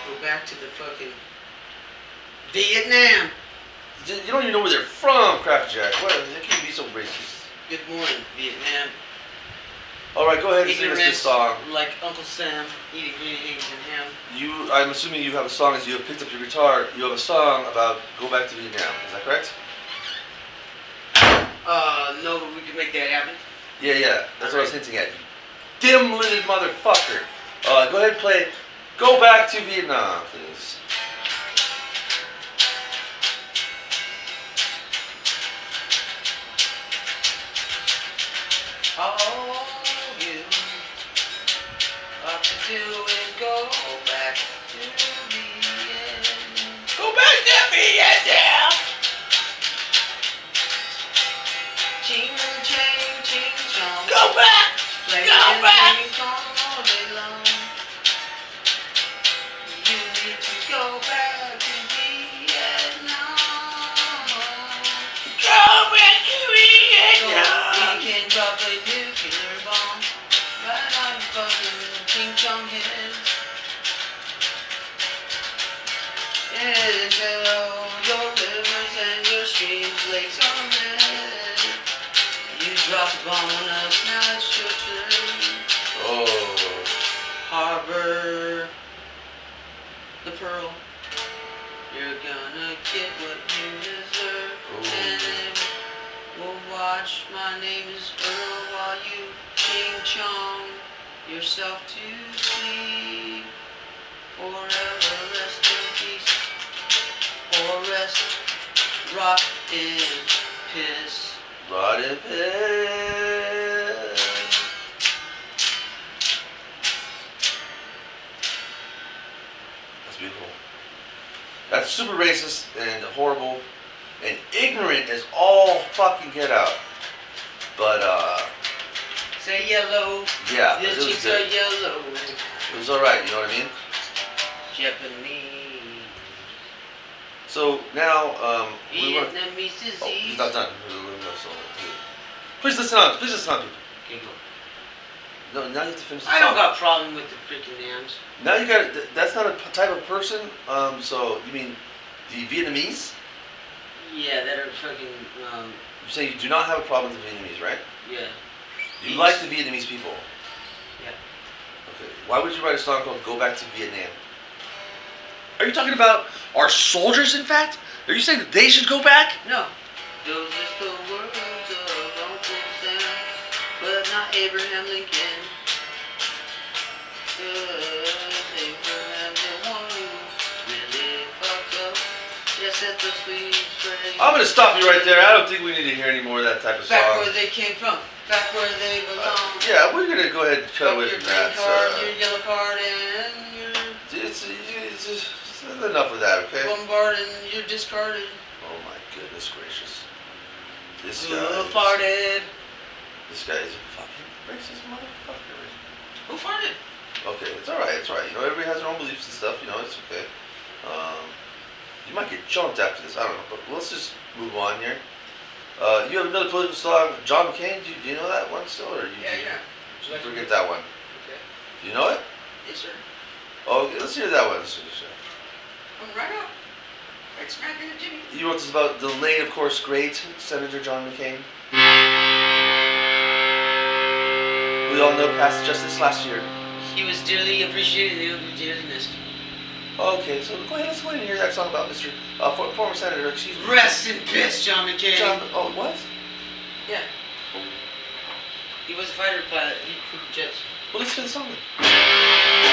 G: go back to the fucking Vietnam.
A: you don't even know where they're from, Cracker Jack. What? They can't be so racist.
G: Good morning, Vietnam.
A: All right, go ahead and sing us this song.
G: like Uncle Sam eating green eggs and ham.
A: You, I'm assuming you have a song as you have picked up your guitar. You have a song about go back to Vietnam. Is that correct?
G: Uh, no, but we can make that happen.
A: Yeah, yeah. That's what I was hinting at. Dim-witted motherfucker. Uh, go ahead and play. Go back to Vietnam, please.
G: All you have to do is go back to the end.
A: Go back to Vietnam.
G: Ching chang ching chong.
A: Go back.
G: Play
A: go
G: this
A: back.
G: thing all day long. You need to go
A: Oh.
G: on yourself to sleep. Forever rest in peace. Or rest, rot in piss.
A: Rot in piss. That's beautiful. That's super racist and horrible and ignorant as all fucking get out. But uh,
G: Say yellow,
A: yeah,
G: your
A: it was
G: cheeks are
A: Ah, good.
G: yellow.
A: It was all right. You know what I mean?
G: Japanese,
A: So now um, we want.
G: Vietnamese disease.
A: Oh, he's not done. There's a little more song. Please listen on. Please listen on, people.
G: Okay, go.
A: No, now you have to finish the
G: I don't
A: song.
G: got a problem with the freaking names.
A: Now you got th- that's not a p- type of person. Um, so you mean the Vietnamese?
G: Yeah, that are fucking, um,
A: You say you do not have a problem with the Vietnamese, right?
G: yeah.
A: You
G: Yes.
A: like the Vietnamese people.
G: Yeah.
A: Okay. Why would you write a song called "Go Back to Vietnam"? Are you talking about our soldiers? In fact, are you saying that they should go back?
G: No. Those are the words of Uncle Sam, but not Abraham Lincoln. Cause Abraham the one who really fucked up. Just at the sweet phrase.
A: I'm gonna stop you right there. I don't think we need to hear any more of that type of song.
G: Back where they came from, back where they belong.
A: Uh, yeah, we're gonna go ahead and cut
G: Fuck
A: away
G: your
A: from
G: green
A: that.
G: card,
A: uh,
G: your yellow card, and you're
A: it's, it's, it's, it's enough of that, okay?
G: bombarded, and you're discarded.
A: Oh my goodness gracious. This guy.
G: Who
A: is-
G: farted?
A: This guy is a fucking racist motherfucker.
G: Who farted?
A: Okay, it's alright, it's alright. You know, everybody has their own beliefs and stuff, you know, it's okay. Um, you might get jumped after this, I don't know, but let's just move on here. Uh, you have another political song, John McCain, do you, do you know that one still, or you, do you,
H: Would you like to
A: forget that one?
H: Okay.
A: Do you know it?
G: Yes, sir.
A: Oh, okay, let's hear that one. Let's hear this one.
G: I'm right up. Right smack in the jimmy.
A: You wrote this about the late, of course, great Senator John McCain. We all know passed just this last year.
G: He was dearly appreciated, and he'll be dearly missed.
A: Okay, so go ahead, let's go ahead and hear that song about Mr. Uh, for, former Senator, excuse me.
G: Rest in peace, John McCain.
A: John, oh, what?
G: He was a fighter pilot. He flew jets.
A: Well, let's hear the song then.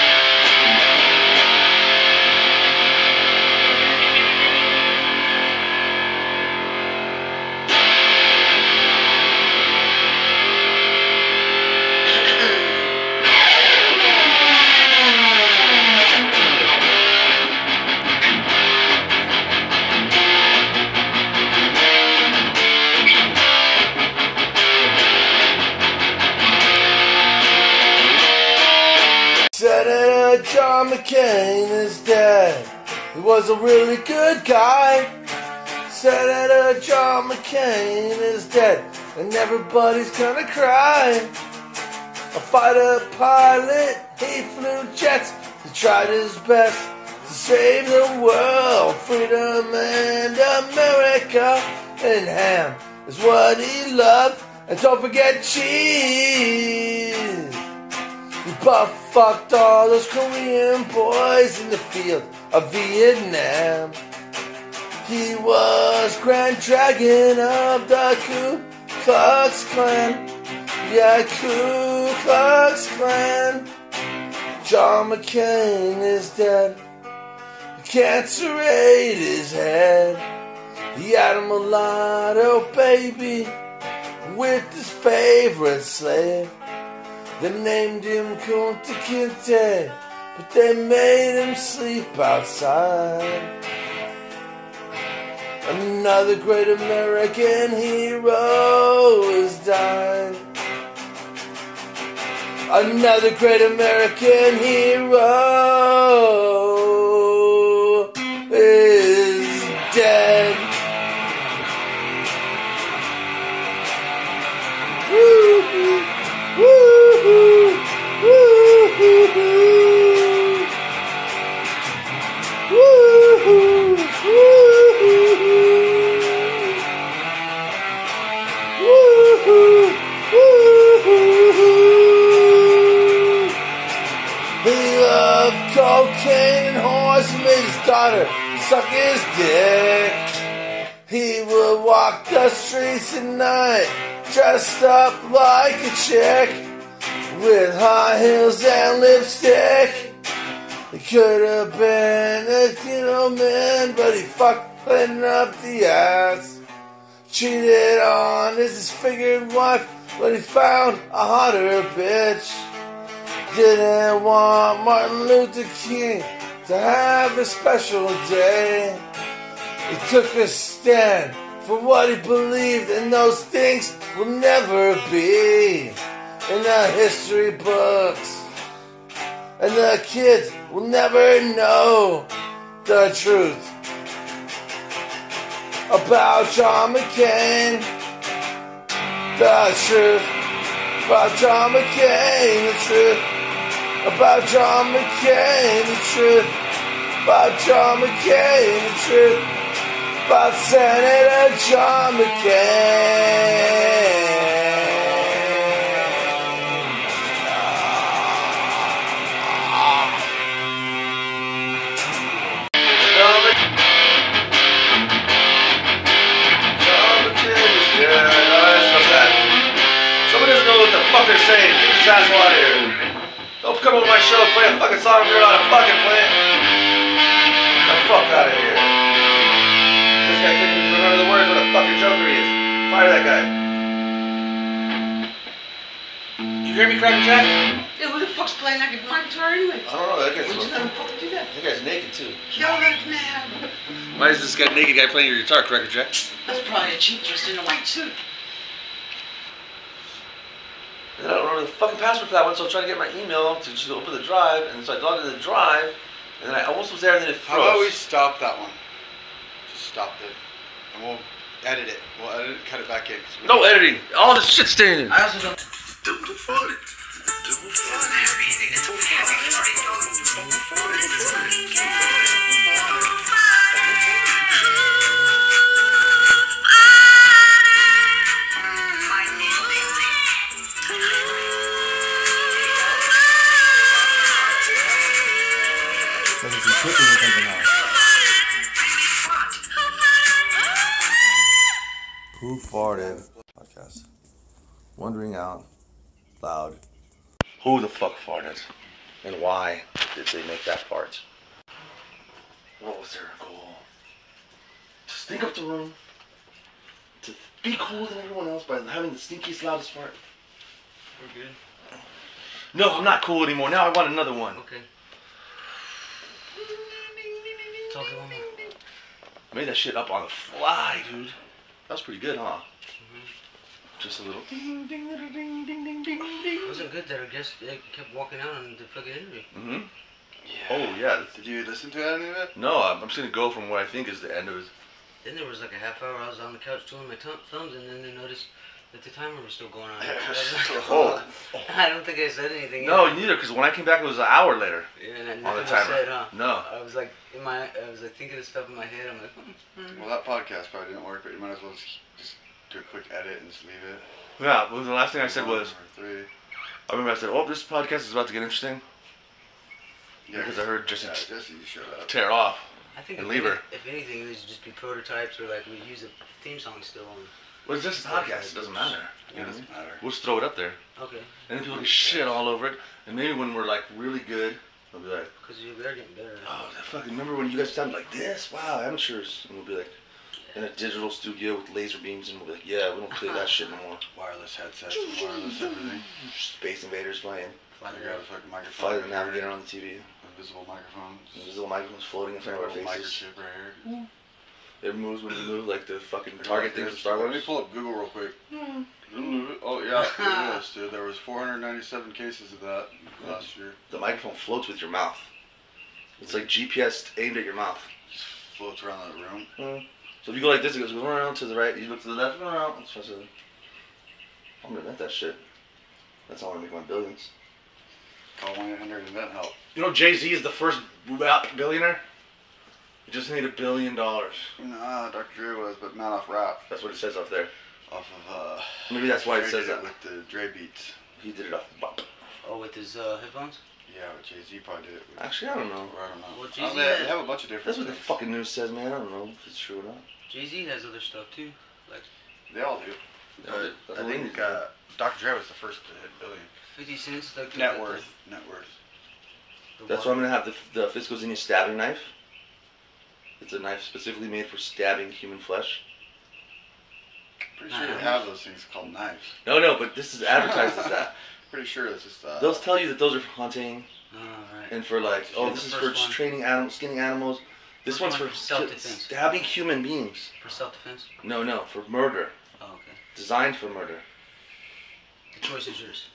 A: Senator uh, John McCain is dead. He was a really good guy. Senator John McCain is dead, and everybody's gonna cry. A fighter pilot, he flew jets. He tried his best to save the world. Freedom and America and ham is what he loved. And don't forget cheese. We butt fucked all those Korean boys in the field of Vietnam. He was Grand Dragon of the Ku Klux Klan. Yeah, Ku Klux Klan. John McCain is dead. Cancer ate his head. He had a mulatto baby with his favorite slave. They named him Kunta Kinte, but they made him sleep outside. Another great American hero is dying. Another great American hero is dead. Woo! Woo-hoo! Woo-hoo-hoo! Woo-hoo! Woo-hoo-hoo! Woo-hoo! Woo-hoo-hoo! He loved cocaine and horse and made his daughter suck his dick. He would walk the streets at night, dressed up like a chick.
I: with high heels and lipstick. He could have been a gentleman, but he fucked Clinton up the ass. Cheated on his disfigured wife, but he found a hotter bitch. Didn't want Martin Luther King to have a special day. He took a stand for what he believed, and those things will never be in the history books. And the kids will never know the truth about John McCain. The truth about John McCain. The truth about John McCain. The truth about John McCain. The truth about Senator John McCain.
A: Somebody doesn't know what the fuck they're saying. Get this asshole out of here. Don't come on my show and play a fucking song if you're not a fucking playing. Get the fuck out of here. This guy couldn't even remember the words what a fucking joker he is. Fire that guy. You hear me, Cracker Jack?
C: Dude, who the fuck's playing that guitar- my guitar anyway?
A: I don't know. That guy's,
C: Would you let him fucking do that?
A: that guy's naked too.
C: Kill that man.
F: Why is this guy naked guy playing your guitar, Cracker Jack?
C: That's probably a cheap dressed in a white suit.
A: And I don't remember the fucking password for that one, so I was trying to get my email to just open the drive, and so I logged into the drive, and then I almost was there, and then it
B: How about we
A: froze.
B: stop that one? Just stop it, and we'll edit it. We'll edit it, cut it back in. 'cause we-
F: No editing. All this shit's staying in.
C: I also don't.
J: Oh,
I: Who farted? Podcast. Wondering out loud.
A: Who the fuck farted? And why did they make that fart? What was their goal? To stink up the room, to be cooler than everyone else by having the stinkiest, loudest fart.
G: We're good.
A: No, I'm not cool anymore. Now I want another one.
G: Okay. Talk to him.
A: Made that shit up on the fly, dude. That was pretty good, huh?
G: Mm-hmm.
A: Just a little. Ding, ding, ding, ding, ding, ding, ding,
G: It
A: ding.
G: wasn't good that our guest uh, kept walking out on the fucking interview.
A: hmm Oh yeah. that's-
B: Did you listen to any of it?
A: No, I'm, I'm just gonna go from what I think is the end of it.
G: Then there was like a half hour I was on the couch twiddling my thumb thumbs and then they noticed that the timer was still going on.
A: Oh.
G: I don't think I said anything.
A: No,
G: either.
A: neither, because when I came back, it was an hour later.
G: Yeah, and
A: On the
G: nothing was
A: timer.
G: said, huh?
A: No.
G: I was like in my, I was like thinking of stuff in my head. I'm like, hmm.
B: Well, that podcast probably didn't work, but you might as well just, just do a quick edit and just leave it.
A: Yeah, well, the last thing I said
B: One
A: was,
B: or three.
A: I remember I said, "Oh, this podcast is about to get interesting,"
B: Yeah,
A: because I heard
B: Yeah,
A: Jesse
B: Jesse, you showed up.
A: tear off.
G: I think
A: And
G: if,
A: leave her.
G: any- if anything, these should just be prototypes or like we use a theme song still on.
A: Well, it's just a podcast. It doesn't matter.
B: It doesn't matter.
A: We'll just throw it up there,
G: Okay,
A: and then people can shit all over it. And maybe when we're like really good, they'll be like.
G: because you are getting better.
A: Oh, I fucking remember when you guys sounded like this? Wow, amateurs. And we'll be like, in a digital studio with laser beams, and we'll be like, yeah, we don't play that shit no more.
B: Wireless headsets, and wireless everything.
A: Space Invaders playing.
B: I got a fucking microphone.
A: Fly the Navigator on the TV.
B: Invisible microphone.
A: There's little microphones floating in front of our
B: Little
A: faces.
B: microchip right here.
A: It Oh, moves when you move, like the fucking target thing from Star
B: Let me
A: Wars.
B: pull up Google real quick.
G: Hmm.
B: Oh yeah, it is, dude. There was 497 cases of that last year.
A: The microphone floats with your mouth. It's like GPS aimed at your mouth.
B: Just floats around that room.
A: So if you go like this, it goes around to the right. You look to the left, around. It's supposed to- I'm gonna invent that shit. That's how I want to make my billions.
B: Call 1 800 and help.
A: You know, Jay Z is the first billionaire. You just need a billion dollars.
B: Nah, Dr. Dre was, but not off rap.
A: That's what it says up there.
B: Off of, uh.
A: Maybe that's why it
B: Dre
A: says
B: did
A: that.
B: With the Dre beats.
A: He did it off the bop.
G: Oh, with his uh, headphones.
B: Yeah, but Jay Z probably did it. With,
A: Actually, I don't know.
B: or I don't know.
G: Well,
B: I mean,
G: Jay-Z had-
B: they have a bunch of different
A: That's what the
B: things.
A: fucking news says, man. I don't know if it's true or not.
G: Jay Z has other stuff too.
B: They all do. Uh, I think uh, Dr. Dre was the first to hit billion.
G: 50 cents. Like the-
B: Net worth. Net worth.
G: the
A: That's why I'm
G: water.
A: gonna have the the Fisco Zinnia stabbing knife. It's a knife specifically made for stabbing human flesh.
B: Pretty sure they have those things called knives.
A: No, no, but this is advertised as that.
B: Pretty sure it's just. Uh,
A: They'll tell you that those are for hunting
G: Oh, right.
A: and for like, oh,
G: Yeah,
A: this
G: the
A: is for
G: first one.
A: training animals, skinning animals. This
G: First
A: one's
G: one
A: for
G: for self-defense.
A: stabbing human beings.
G: For self defense?
A: No, no, for murder.
G: Oh, okay.
A: Designed for murder.
G: The choice is yours.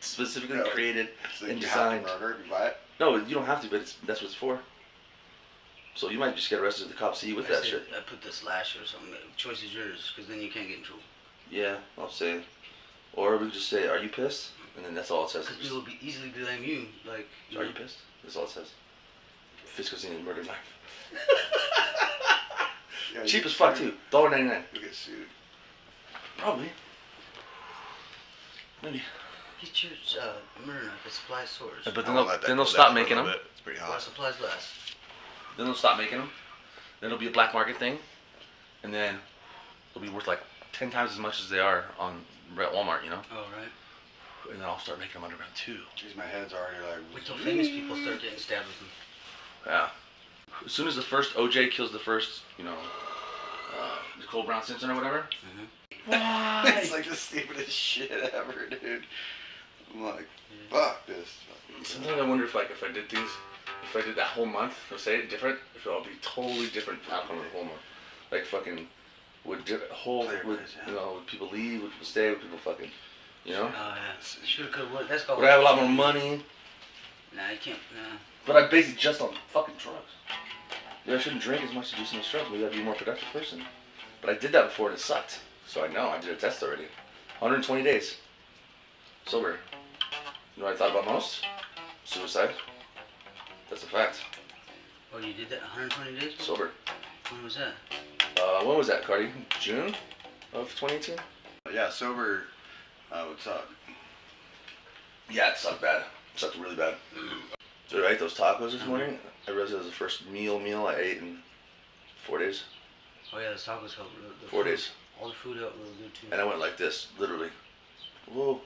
A: Specifically
B: No.
A: created.
B: so
A: and
B: you have
A: designed.
B: to murder if you buy it.
A: No, you don't have to, but it's, that's what it's for. So you might just get arrested if the cops see you with
G: I
A: that
G: said-
A: shit.
G: I put the slash or something. The choice is yours, because then you can't get in trouble.
A: Yeah, I'll say. Or we could just say, "Are you pissed?" And then that's all it says.
G: Because people will be easily blame you. Like,
A: Are you pissed? That's all it says. Fisco's in murder knife.
B: Yeah,
A: Cheap
B: you-
A: as fuck too. Dollar ninety nine.
B: You get sued.
A: Probably. Maybe.
G: Get your uh, murder knife. It supplies swords.
F: But
B: I
F: then
B: won't
F: they'll,
B: let that
F: then they'll
B: cool down
F: stop
B: for a
F: making
B: little
F: them.
B: bit. It's pretty
G: Well,
B: hot.
G: supplies last.
A: Then they'll stop making them. Then it'll be a black market thing, and then it'll be worth like ten times as much as they are on Ra- Walmart, you know.
G: All right.
A: And then I'll start making them underground too.
B: Jeez, my head's already
G: Wait
B: like.
G: till famous people start getting stabbed with them.
A: Yeah. As soon as the first OJ kills the first, you know, uh, Nicole Brown Simpson or whatever,
B: it's like the stupidest shit ever, dude. I'm like, fuck this.
A: Sometimes I wonder if like if I did things, if I did that whole month, or say it different, if it'll be totally different from outcome of the whole month. Like fucking, would di- whole
B: Player
A: would
B: quiz,
A: you
B: yeah.
A: know would people leave? Would people stay? Would people fucking, you know?
G: Oh, yeah. Should've, could've, would. That's called.
A: Would I have a lot more money?
G: Nah, you can't. Nah.
A: But I base it just on fucking drugs. Yeah, I shouldn't drink as much to do so much drugs. Maybe I'd be a more productive person. But I did that before and it sucked. So I know I did a test already. 120 days sober. You know what I thought about most? Suicide. That's a fact.
G: Oh, you did that 120 days?
A: Sober.
G: When was that?
A: Uh, when was that, Cardi? June of 2018?
B: But yeah, sober uh, would suck.
A: Yeah, it sucked bad. It sucked really bad. Mm-hmm. So I ate those tacos this morning. I realized it was the first meal meal I ate in four days.
G: Oh, yeah, the tacos helped. The, the
A: Four
G: food-
A: days.
G: All the food helped really good, too.
A: And I went like this, literally. Whoa.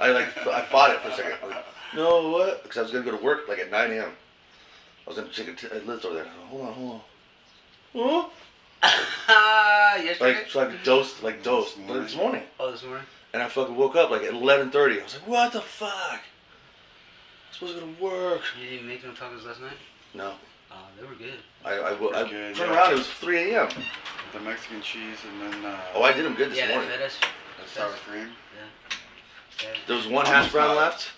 A: I like, I fought it for a second. I was like, no, what? Because I was going to go to work like at 9 a.m. I was going to take a t- I lived over there. Hold on, hold on. Huh?
G: Yesterday?
A: Like, so I dosed, like dosed. But it's morning.
G: oh, this morning?
A: And I fucking woke up like at eleven thirty. I was like, what the fuck? I'm supposed to go to work.
G: You didn't make no tacos last night?
A: No.
G: Oh, they were good.
A: I, I, wo- I
B: Good,
A: turned
B: yeah.
A: around, it was three AM.
B: The Mexican cheese and then uh,
A: Oh I did them good this
G: yeah, that
A: morning.
G: FedEx.
B: the sour cream.
G: That,
A: There was one hash brown left.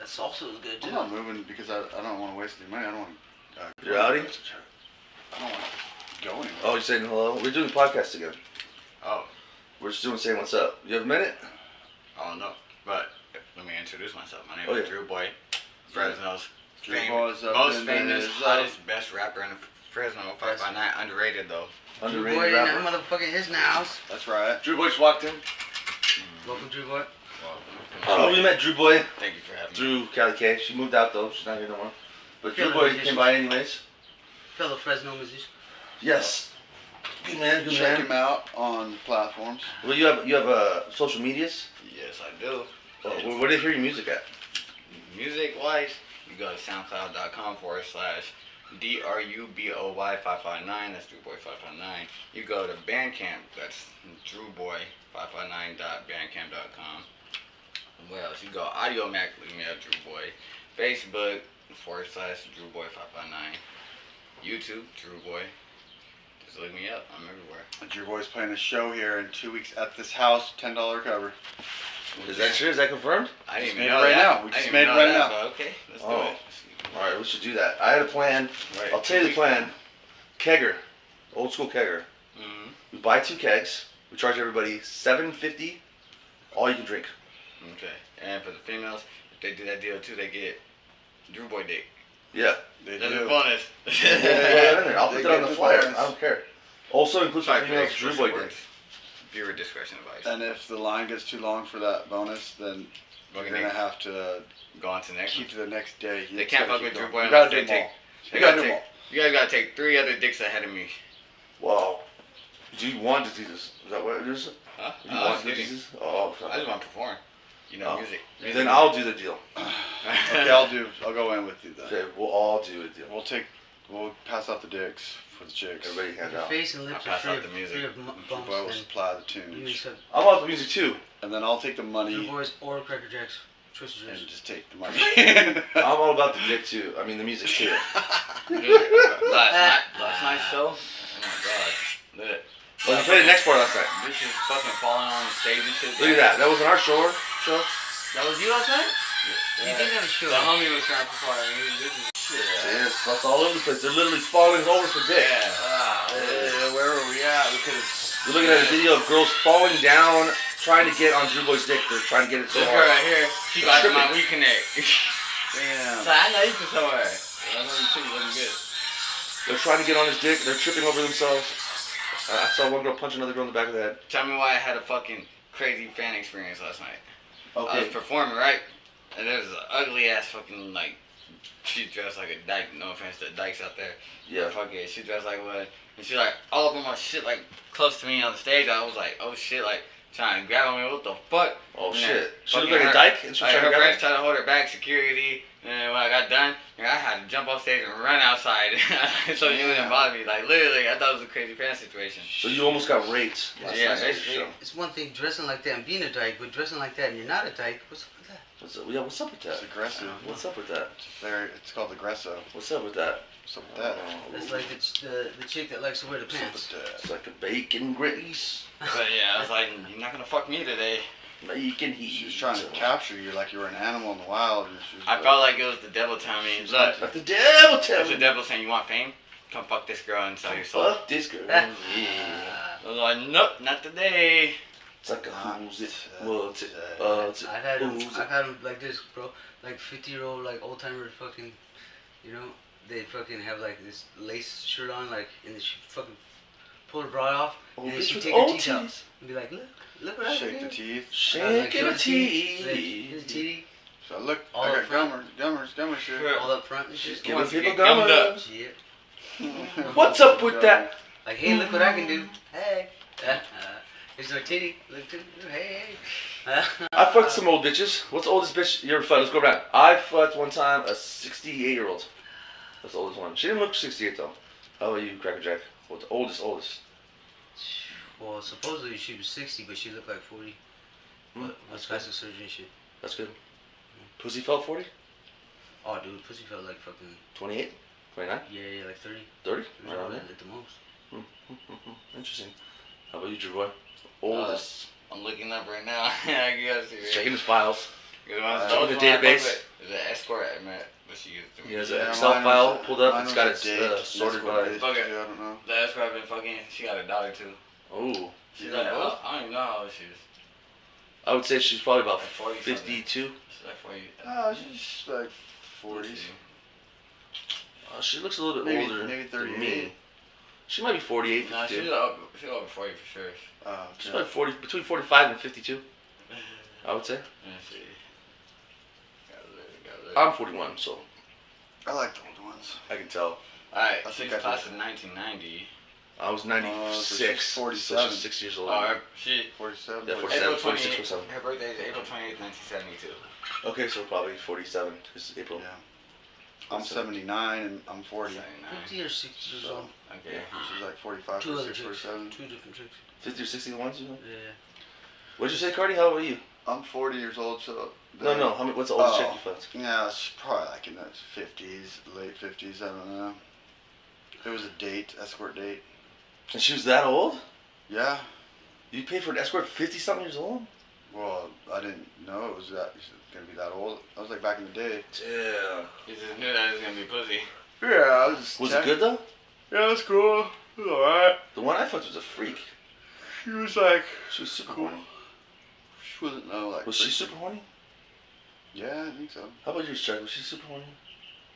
G: that salsa was good, too.
B: I'm not moving because I, I don't want to waste any money. I don't want to. Uh,
A: You're outing?
B: I don't want to go anywhere.
A: Oh, you're saying hello? We're doing podcasts again.
B: Oh,
A: We're just doing saying what's up. You have a minute?
J: Oh no, but let me introduce myself. My name
A: Oh,
J: is
A: yeah.
J: Drew Boy, Fresno's
B: Drew
J: fam-
B: Boy's up
J: most
B: in
J: famous,
B: his, uh,
J: hottest, best rapper in Fresno. Five by nine, underrated though.
G: Drew
A: Underrated
G: Boy in that
A: rapper.
G: motherfucking his house.
B: that's right.
A: Drew Boy just walked in.
G: Welcome, Drew Boy.
J: Well,
A: Oh, we met Drew Boy
J: thank you for having
A: through
J: me.
A: Cali K. She moved out though. She's not here no more. But Drew
G: Fellow
A: Boy
G: musician.
A: came by anyways.
G: Fellow Fresno musician.
A: Yes. Good man, good
B: Check
A: man.
B: him out on the platforms.
A: Well, you have you have uh, social medias.
J: Yes, I do.
A: Oh, where, where do they hear your music at?
J: Music wise, you go to soundcloud.com forward slash D R U B O Y 559. That's Drew Boy 559. You go to Bandcamp. That's DrewBoy559.bandcamp.com. What else? You go Audio Mac. Look me up, Drew Boy. Facebook forward slash Drew Boy 559. YouTube, Drew Boy. Just look me up. I'm everywhere.
B: Drew Boy's playing a show here in two weeks at this house. Ten dollar cover.
A: Is that true? Is that confirmed?
J: I
B: Just
J: didn't
B: made
J: even
B: it
J: know
B: right
J: that.
B: now. We
J: I
B: just
J: didn't
B: made it
J: even know
B: right now.
J: that, but Okay, let's do
A: Oh.
J: it.
A: All right, we should do that. I had a plan.
J: Right,
A: I'll tell you the
J: two
A: plan. Kegger, old school kegger.
J: weeks. Mhm.
A: We buy two kegs. We charge everybody seven fifty. All you can drink.
J: Okay. And for the females, if they do that deal too, they get Drew Boy dick.
A: Yeah.
B: They
J: That's a
B: do.
J: bonus.
A: Put that in there. I'll
B: They
A: put that on
B: get
A: the
B: the
A: flyer.
B: bonus.
A: I don't care. Also includes
J: Sorry
A: my
J: for the
A: females. Drew
J: explicit
A: Boy Uh,
J: words.
A: did.
J: Viewer discretion advised.
B: And if the line gets too long for that bonus, then
J: We're
B: you're gonna
J: gonna
B: have to uh,
J: go on to the next one.
B: keep to the next day.
J: They can't fuck with Drew Boy
B: You gotta
J: unless they
B: do them
J: take.
B: all.
J: You
B: You gotta
J: gotta
B: do them
J: take.
B: all.
J: You guys gotta take three other dicks ahead of me.
A: Wow. Do you want to do this? Is that what it is?
J: Huh?
A: You
J: I was
A: want to do
J: kidding.
A: this? Oh, sorry.
J: Uh, I just want to perform. You know,
A: Oh.
J: music.
A: Then I'll do the deal.
B: Okay, I'll do. I'll go in with you then.
A: Okay, we'll all do a deal.
B: Uh, We'll take. We'll pass out the dicks for the chicks.
A: Everybody hand
G: Your
A: out.
G: face and lips
J: I'll
G: are
J: pass
G: free
J: out
G: of,
J: the music.
G: free of mu-
B: Drew
G: bumps
B: Boy will
G: and
B: supply the
G: you
B: tunes,
G: said
A: I want the music too.
B: and then I'll take the
G: Drew
B: money
G: Boys or Cracker Jacks. Twisted
B: and
G: Juice.
B: just take the money.
A: I'm all about the dick too. I mean the music too.
J: Music. last night, last night's show. Oh my god. Look.
A: Well, we played the next part last night.
J: This is fucking falling on the stage and shit.
A: Look at that. That wasn't our show. Show.
G: That was you last night? You
J: Yeah.
G: did have a show.
J: The homie was trying to perform. and he was- This is shit.
A: Yes, that's all over the place. They're literally falling over for dick.
J: Yeah. Ah, yeah, where were we at? We could have.
A: You're looking at a video of girls falling down, trying to get on Drew Boy's dick. They're trying to get it so
J: This girl
A: hard.
J: right here, she
A: It's
J: got
A: tripping.
J: my WeConnect. so
B: Damn.
J: I know you from somewhere. I know you too. Looking good.
A: They're trying to get on his dick. They're tripping over themselves. I I saw one girl punch another girl in the back of the head.
J: Tell me why I had a fucking crazy fan experience last night. I was
A: Okay.
J: performing, right? And there was an ugly ass fucking like she dressed like a dyke, no offense to dykes out there.
A: Yeah.
J: Fuck it. She dressed like one. And she like all up on my shit like close to me on the stage. I was like, oh shit, like trying to grab on me, what the fuck?
A: Oh
J: Yeah.
A: shit. She looked
J: Fucking
A: like a
J: her-
A: dyke and she was
J: Like,
A: trying to
J: her
A: grab
J: friends
A: it.
J: tried to hold her back, security, and then when I got done, you know, I had to jump off stage and run outside so you wouldn't bother me. Like literally, I thought it was a crazy fan situation.
A: So you almost got raped last
J: Yeah,
A: night at the
J: basically.
A: show.
G: It's one thing dressing like that and being a dyke, but dressing like that and you're not a dyke, what's up with that?
A: What's up? Yeah, what's up with that?
B: It's aggressive.
A: What's up with that?
B: It's very. It's called aggressive.
A: What's up with that? Oh,
B: What's up with that?
G: That's like the, ch- the, the chick that likes to wear the
B: What's up with
G: pants.
B: that?
A: It's like a bacon grease,
J: But yeah, I was like, you're not gonna fuck me today.
A: bacon heat.
B: She was trying to capture you like you were an animal in the wild. And she was
J: I
B: like,
J: felt like it was the devil telling me, look,
A: Let the devil tell
J: if the
A: me.
J: devil saying you want fame, come fuck this girl and sell your soul.
A: Fuck this girl.
G: Ah.
A: Yeah.
G: Uh,
J: I was like, nope, not today.
A: It's like a who's it?
B: Uh,
A: What's it?
B: uh,
A: Uh, it's it?
G: I've had 'em-
A: Who's it?
G: I've had 'em like this, bro. Like 50 year old, like old timer fucking, you know, they fucking have like this lace shirt on, like, and she fucking pull her bra off
A: Oh,
G: and then
A: bitch
G: she
A: with
G: take
A: old
G: her teeth out
A: titties.
G: and be like, look,
A: uh,
G: look what I
B: Shake the
G: did.
B: teeth.
G: I was like,
A: Shaking
G: "Your
A: a
G: teeth, like,
A: tea.
G: His titty,
B: So look,
G: All
B: I
G: up
B: got
G: front.
B: gummers, gummers, gummers here.
G: all up front and
A: She's
G: shit.
A: giving
J: wants to
A: people
J: get gummed up.
A: gums.
G: Yeah.
A: What's up with that?
G: Like, hey, look what I can do. Hey. Uh, here's my titty. Look, to- hey, hey.
A: I fucked some old bitches. What's the oldest bitch you ever fucked? Let's go around. I fucked one time a 68 year old. That's the oldest one. She didn't look 68 though. How about you, Cracker Jack? What's the oldest, oldest?
G: Well, supposedly she was 60, but she looked like 40.
A: Hmm,
G: But
A: that's
G: was
A: good.
G: plastic surgery and shit.
A: That's good. Pussy felt 40?
G: Oh, dude, pussy felt like fucking
A: 28? 29?
G: yeah, yeah, like 30.
A: 30?
G: It was
A: Right
G: around
A: on
G: that
A: there.
G: at the most.
A: Mm-hmm. Interesting. How about you, Drew
G: Uh,
A: Boy? Oldest.
J: I'm looking up right now. I can go see it.
A: Checking his files.
J: Good ones.
B: Uh,
J: That was
A: the
J: one I fucked
A: database.
J: with. It was an escort I met, but she used to
A: He has
J: me.
A: an
B: Yeah,
A: Excel
B: mine
A: file
B: was a-
A: pulled up.
B: mine
A: It's
B: was
A: got
B: a
A: its
B: date.
A: uh,
B: That's
A: sorted
B: what it
A: by.
B: is.
J: Okay.
B: Yeah, I don't know.
J: The escort I've been fucking, she got a daughter too.
A: Oh.
J: She's
B: Yeah,
J: like,
B: what?
J: I don't even know how old she is.
A: I would say she's probably about
J: Like 40 something.
A: 52.
J: She's like 40.
B: Oh, she's like 40s.
A: Uh, she looks a little bit
B: Maybe-
A: older.
B: maybe
A: than
B: 38.
A: me. She might be 48,
J: Nah,
A: 52.
J: she's over, she's over 40 for sure.
B: Oh,
A: She's
B: okay.
A: probably 40, between 45 and 52, I would say.
J: Let's see. Gotta look, gotta look.
A: I'm 41, so
B: I like the old ones.
A: I can tell.
J: Alright,
B: I
J: she's
B: think I
J: class of 1990
A: I
B: Uh,
A: was 96,
B: Oh, so she's
A: so she's
B: 47.
A: six years old.
J: Oh, her, she,
B: 47.
A: Yeah,
B: 47.
A: 47,
J: April
A: 46,
J: 28th,
A: 47.
J: her birthday is April 28th, 1972.
A: Okay, so probably 47 is April.
B: Yeah. I'm 79 and I'm 40.
J: Hmm.
G: 50 or 60 years
B: So,
G: old.
J: Okay.
B: She's like 45,
G: Two other
B: 46,
G: chicks.
B: 47.
G: Two different chicks.
A: 50 or 60 ones, you know?
G: Yeah.
A: What'd you say, Cardi? How about you?
B: I'm 40 years old, so.
A: No, no, how many, what's the oldest chick
B: Oh.
A: you fucked?
B: Yeah, it's probably like in the 50s, late 50s. I don't know. It was a date, escort date.
A: And she was that old?
B: Yeah.
A: You paid for an escort 50 something years old?
B: Well, I didn't know it was that it was gonna be that old. I was like back in the day.
A: Yeah.
J: You just knew that it was gonna be pussy.
B: Yeah, I was. Just
A: Was it good though?
B: Yeah, it was cool. It was alright.
A: The one I fucked was a freak.
B: She was like,
A: She was super
B: Cool.
A: horny.
B: she wasn't no like.
A: Was she
B: freaky.
A: super horny?
B: Yeah, I think so.
A: How about yours, Chuck? Was she super horny?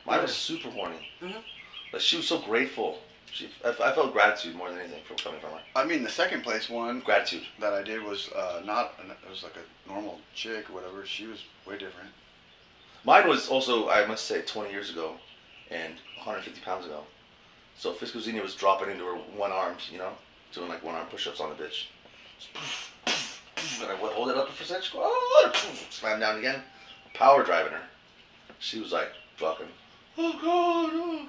A: Mine was
G: Yeah.
A: super horny.
G: Mhm.
A: Like she was so grateful. She, I, I felt gratitude more than anything for coming from her.
B: I mean, the second place one
A: Gratitude.
B: that I did was uh, not. An, it was like a normal chick or whatever. She was way different.
A: Mine was also, I must say, 20 years ago, and 150 pounds ago. So Fisco Xenia was dropping into her one arm, you know. doing like one arm push ups on the bitch. And I would hold it up for a second, she go, oh, look, slam down again, power driving her. She was like, fucking, oh god, oh.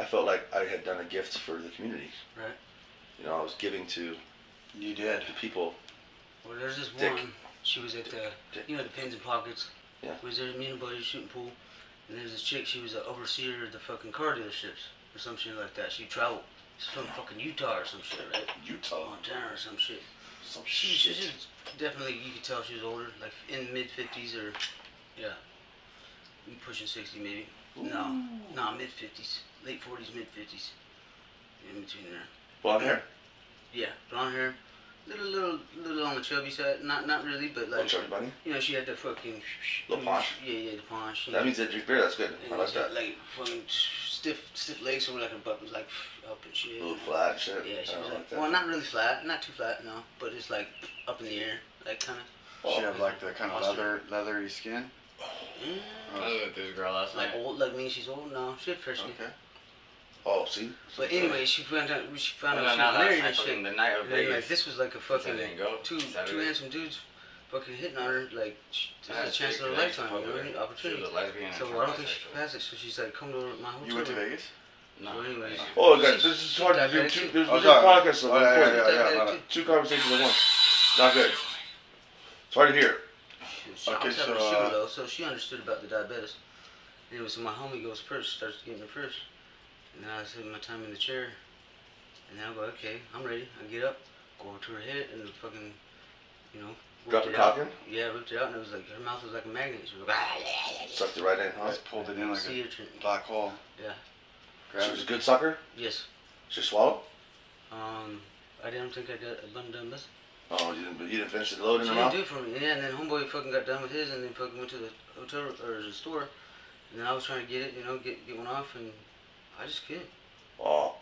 A: I felt like I had done a gift for the community.
G: Right.
A: You know, I was giving to
B: You did.
A: the people.
G: Well, there's this
A: Dick.
G: one. She was at the,
A: Dick.
G: you know, the pins and pockets.
A: Yeah.
G: Was there me and a buddy shooting pool, and there's this chick. She was an overseer of the fucking car dealerships or some shit like that. She traveled. She's from fucking Utah or some shit, right?
A: Utah.
G: Montana or some shit.
A: Some
G: She was, she
A: shit.
G: was definitely, you could tell she was older, like in mid fifties or, yeah, pushing sixty maybe. No, no, mid fifties, late forties, mid fifties, in between there.
A: Blonde hair.
G: Yeah, blonde hair, little, little, little on the chubby side. Not, not really, but
A: Little
G: like,
A: chubby bunny.
G: you know, she had the fucking.
A: Little paunch?
G: Yeah, yeah, the paunch.
A: That means they drink beer. That's good.
G: And
A: I like that.
G: Like fucking stiff, stiff legs, or like her butt was like up and shit.
A: Little flat and shit.
G: Yeah, she
A: Oh, I don't
G: was like,
A: like that.
G: well, not really flat, not too flat, no, but it's like up in the air, like kind of.
A: Oh,
B: She had like the kind of leather,
G: Mustard.
B: leathery skin.
J: I
A: Mm.
J: was with this girl last
G: Uh-huh. Like
J: night.
G: old, like means she's old. No, she had freshman.
B: Okay.
A: Oh, see?
G: But anyway, she found out she found
J: No,
G: out
J: no,
G: she
J: not
G: was
J: last
G: married
J: night.
G: and
J: Fucking
G: shit.
J: the night of
G: And then, like
J: Vegas.
G: this was like a fucking
J: I didn't go.
G: two two
J: Saturday.
G: handsome dudes, fucking hitting on her. Like sh- this
J: I had
G: is a chance
J: chick
G: of a
J: that I
G: lifetime,
J: fucked
G: you know,
J: with.
G: an
J: She
G: opportunity.
J: was a lesbian. and
G: So
J: a
G: I don't think she
J: transsexual.
G: passed it. So she's like, come over to my hotel.
B: You went to
G: room.
B: Vegas?
J: No.
G: Well, anyways.
A: Oh, God,
G: She's-
A: this is
G: she's
A: hard to do.
G: diabetic
A: Two,
G: too.
A: there's
B: Oh,
A: oh,
B: sorry.
A: podcasts.
B: Oh, yeah, yeah,
A: important.
B: yeah, yeah,
G: yeah.
A: Two conversations at once. Not good. It's hard to hear.
G: She
B: Okay,
G: was having a
B: so,
G: sugar
B: uh,
G: low, so she understood about the diabetes. Anyway, so my homie goes first, starts getting her first. And then I sit my time in the chair. And then I go, okay, I'm ready. I get up, go over to her head, and fucking, you know,
A: Drop
G: ripped
A: the
G: it out.
A: cock in?
G: Yeah, ripped it out, and it was like, her mouth was like a magnet. She was like, ah,
A: Sucked it right in,
B: I
A: huh?
B: just pulled it in like
G: see
B: a
G: your tr-
B: black hole.
G: Yeah.
A: She
B: Grabbed
A: was a
B: it.
A: good sucker.
G: Yes.
A: She swallowed.
G: Um, I didn't think I got a bun done with.
A: Oh, you didn't, you didn't finish the load in her
G: She didn't
A: mouth?
G: do it for me. Yeah, and then homeboy fucking got done with his, and then fucking went to the hotel or the store, and then I was trying to get it, you know, get get one off, and I just couldn't.
A: Oh.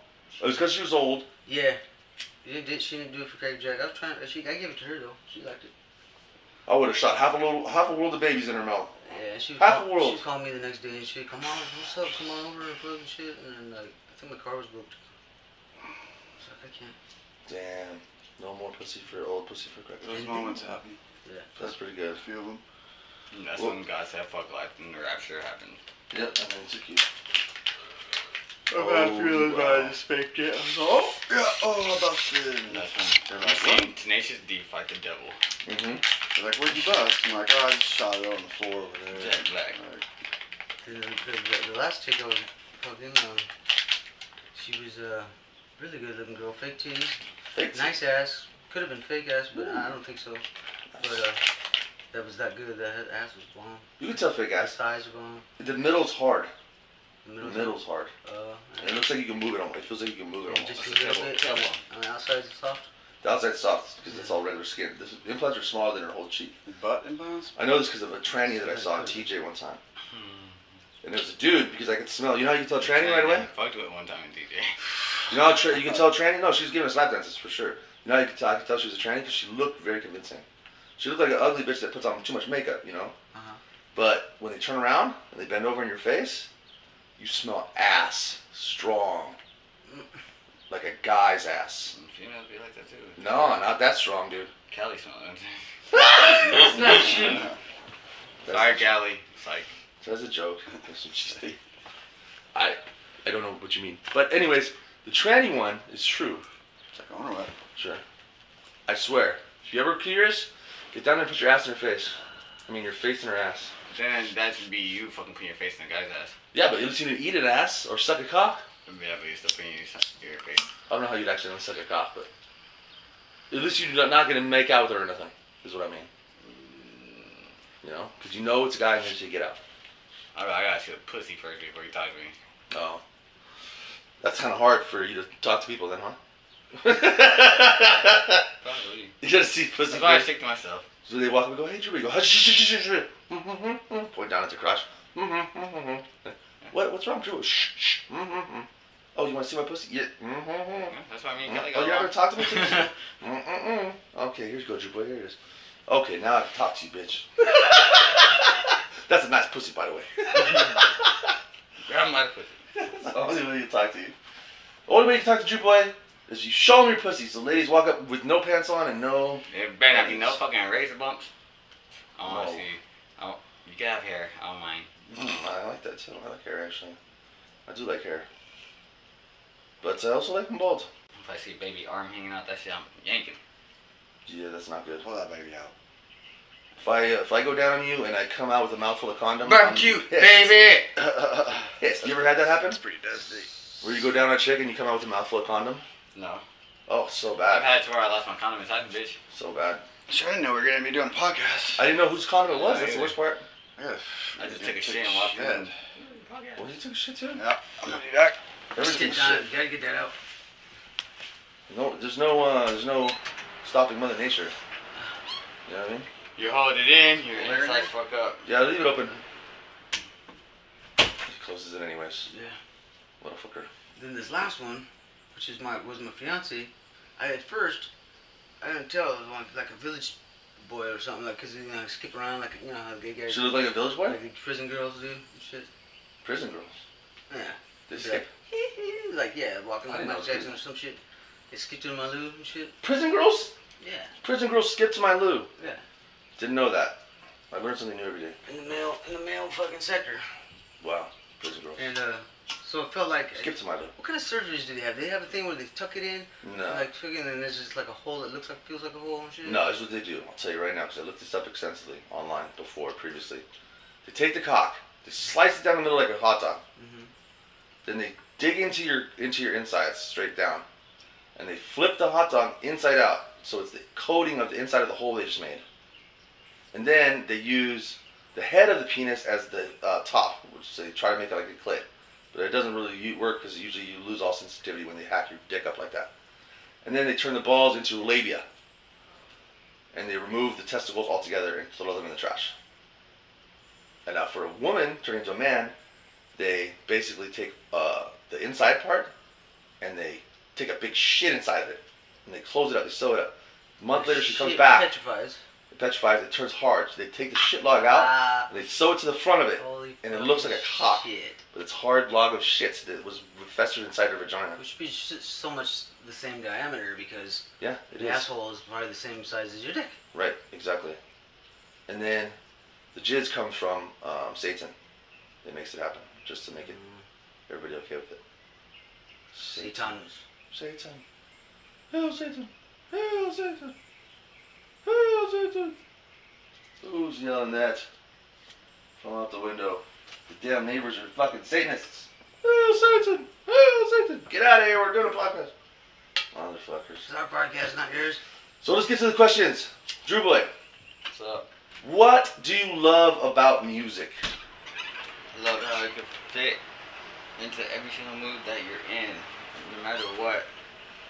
A: It was because she was old.
G: Yeah, she didn't, did- she didn't do it for Craig Jack. I was trying. She, I gave it to her though. She liked it.
A: I would have shot half a little, half a world of babies in her mouth.
G: Yeah, she. would
A: Half
G: call-
A: the world.
G: She called me the next day and she, come on, what's up? Come on over and fucking shit. And then like, I think my car was booked. I was like, I can't.
A: Damn. No more pussy for old pussy for crack.
B: Those moments happen.
A: That's pretty good.
B: A few of them.
J: That's
A: Well-
J: when God said fuck life and the rapture happened.
A: Yep, and then took you.
B: I've had a few
A: Oh,
B: of those
A: wow.
B: I just faked it. I was like, oh, yeah, oh, I busted.
J: That's when
B: They're like,
J: seen Tenacious D fight the devil.
A: Mm-hmm.
B: They're like, where'd you bust? I'm like, oh, I just shot it on the floor over there.
J: Jack Black.
B: Like,
G: And then the, the, the last chick I was fucking, um, she was a really good looking girl, fake titties.
A: Thanks.
G: Nice ass. Could have been fake ass, but I don't think so. But uh, that was that good. That ass was bomb.
A: You can tell fake
G: The
A: ass.
G: sides were bomb.
A: The middle's hard.
G: The
A: The
G: middle's,
A: middle's hard.
G: Uh,
A: And it looks like you can move it almost. It feels like you can move it
G: and
A: almost.
G: just
J: that's
G: a
J: a
G: little
J: double-
G: bit.
J: double.
G: On the outside is soft.
A: The outside's soft because it's all regular skin. This implants are smaller than her whole cheek.
B: butt implants?
A: I know this because of a tranny that I saw on TJ one time. And it was a dude because I could smell. You know how you can tell tranny right away?
J: Fucked with one time in DJ.
A: You know how tra- you can tell tranny? No, she was giving us lap dances for sure. You know how you could tell? I could tell she was a tranny because she looked very convincing. She looked like an ugly bitch that puts on too much makeup, you know?
G: Uh-huh.
A: But when they turn around and they bend over in your face, you smell ass strong. Like a guy's ass.
J: Some females be like that too.
A: No, not that strong, dude.
J: Callie smelled that.
A: That's not shit.
J: Sorry, Callie. It's like,
A: That's a joke. That's what she said. I I don't know what you mean. But anyways, the tranny one is true.
B: It's like, I wonder what.
A: Sure. I swear. If you ever curious, get down there and put your ass in her face. I mean your face in her ass.
J: then that should be you fucking putting your face in the guy's ass.
A: Yeah, but you'll either eat an ass or suck a cock.
J: Yeah, but you're still putting your, your face.
A: I don't know how you'd actually suck a cock, but at least you're not gonna make out with her or nothing, is what I mean. You know? Because you know it's a guy and then she get out.
J: I, I gotta see the pussy first before you talk to me.
A: Oh. That's kinda hard for you to talk to people then, huh?
J: Probably.
A: You gotta see pussy
J: That's why I
A: first.
J: stick to myself.
A: So they walk up and go, hey, Drew. You go, "Hush, shh, shh, shh, shh, shh." Mhm, mhm. Point down at the crotch. Mhm, mhm, mhm. What, what's wrong, Drew? Shh, shh. Mhm, mhm. Oh, you want to see my pussy? Yeah. Mhm, mhm.
J: Yeah, That's why I mean,
A: Mhm.
J: Callie got
A: Oh, you're
J: along.
A: gonna talk to me too? Mhm, mhm. Okay, here you go, Drew boy. Here it is. Okay, now I can talk to you, bitch. That's a nice pussy, by the way.
J: Grab my pussy.
A: That's the only way you can talk to you. The only way you can talk to Drew boy is you show them your pussies. So ladies walk up with no pants on and no.
J: There better not be no fucking razor bumps. I want
A: No.
J: to see. Oh, you get up here. I don't mind.
A: Mm, I like that too. I like hair actually. I do like hair. But I also like them bald.
J: If I see a baby arm hanging out, that shit, I'm yanking.
A: Yeah, that's not good.
B: Pull that baby out.
A: If I uh, if I go down on you and I come out with a mouthful of condom.
J: Barbecue,
A: I'm pissed.
J: baby.
A: Yes. You ever had that happen?
B: That's pretty devastating.
A: Where you go down on a chick and you come out with a mouthful of condom?
J: No,
A: Oh, so
J: I've
A: bad.
J: had it to where I lost my condom inside the bitch.
A: So bad.
B: Sure, I didn't know we were gonna be doing podcasts.
A: I didn't know whose condom it was.
J: Yeah,
A: That's the
J: either.
A: worst part.
B: Yeah,
J: I just took a shit and walked in.
A: Well, you took a shit too.
B: Yeah, I'm gonna be back.
A: Everything
G: Sit
A: is
G: down.
A: shit.
G: Gotta get that out.
A: No, there's no, uh, there's no stopping Mother Nature. You know what I mean?
J: You hold it in, your
B: Larry?
J: insides fuck up.
A: Yeah, leave it open. He closes it anyways.
G: Yeah.
A: What a fucker.
G: Then this last one, which is my was my fiance. I at first, I didn't tell it was like, like a village boy or something like, 'cause you know I skip around like you know how gay guys
A: She looked like a village boy.
G: like the prison girls do and shit.
A: Prison girls.
G: Yeah.
A: They
G: Yeah.
A: skip.
G: like yeah, walking
A: I didn't know
G: like Michael
A: it was
G: Jackson or some shit. They skipped in my loo and shit.
A: Prison girls.
G: Yeah.
A: Prison girls skip to my loo.
G: Yeah.
A: Didn't know that. I learn something new every day.
G: In the male in the male fucking sector.
A: Wow. Prison girls.
G: And uh, so it felt like.
A: Skip to my loo.
G: What kind of surgeries do they have? They have a thing where they tuck it in,
A: No.
G: like fucking, and there's just like a hole that looks like feels like a hole and shit.
A: No, this is what they do. I'll tell you right now because I looked this up extensively online before, previously. They take the cock, they slice it down the middle like a hot dog.
G: Mhm.
A: Then they dig into your into your insides straight down, and they flip the hot dog inside out, so it's the coating of the inside of the hole they just made. And then they use the head of the penis as the uh, top, which they try to make it like a clit, but it doesn't really u- work because usually you lose all sensitivity when they hack your dick up like that. And then they turn the balls into labia and they remove the testicles altogether and throw them in the trash. And now, for a woman turning into a man, they basically take uh, the inside part and they take a big shit inside of it and they close it up, they sew it up. A month later, she comes
G: Shit
A: back,
G: Petrifies.
A: it petrifies, it turns hard. So they take the shit log out
G: Ah,
A: and they sew it to the front of it,
G: holy
A: and it looks like a cock.
G: Shit.
A: but it's hard log of shit that was festered inside her vagina.
G: Which should be s- so much the same diameter because
A: Yeah, it
G: the
A: is.
G: asshole is probably the same size as your dick.
A: Right, exactly. And then the jizz comes from um, Satan. It makes it happen, just to make it
G: Mm.
A: everybody okay with it.
G: Satanus.
A: Satan. Hail Satan. Hail Satan. Hail Satan. Who's yelling that? From out the window. The damn neighbors are fucking Satanists. Hail Satan. Hail Satan. Get out of here. We're doing a podcast. Motherfuckers.
G: It's our podcast, not yours.
A: So let's get to the questions. Drew Boy,
J: What's up?
A: what do you love about music?
J: I love how it can fit into every single mood that you're in, no matter what.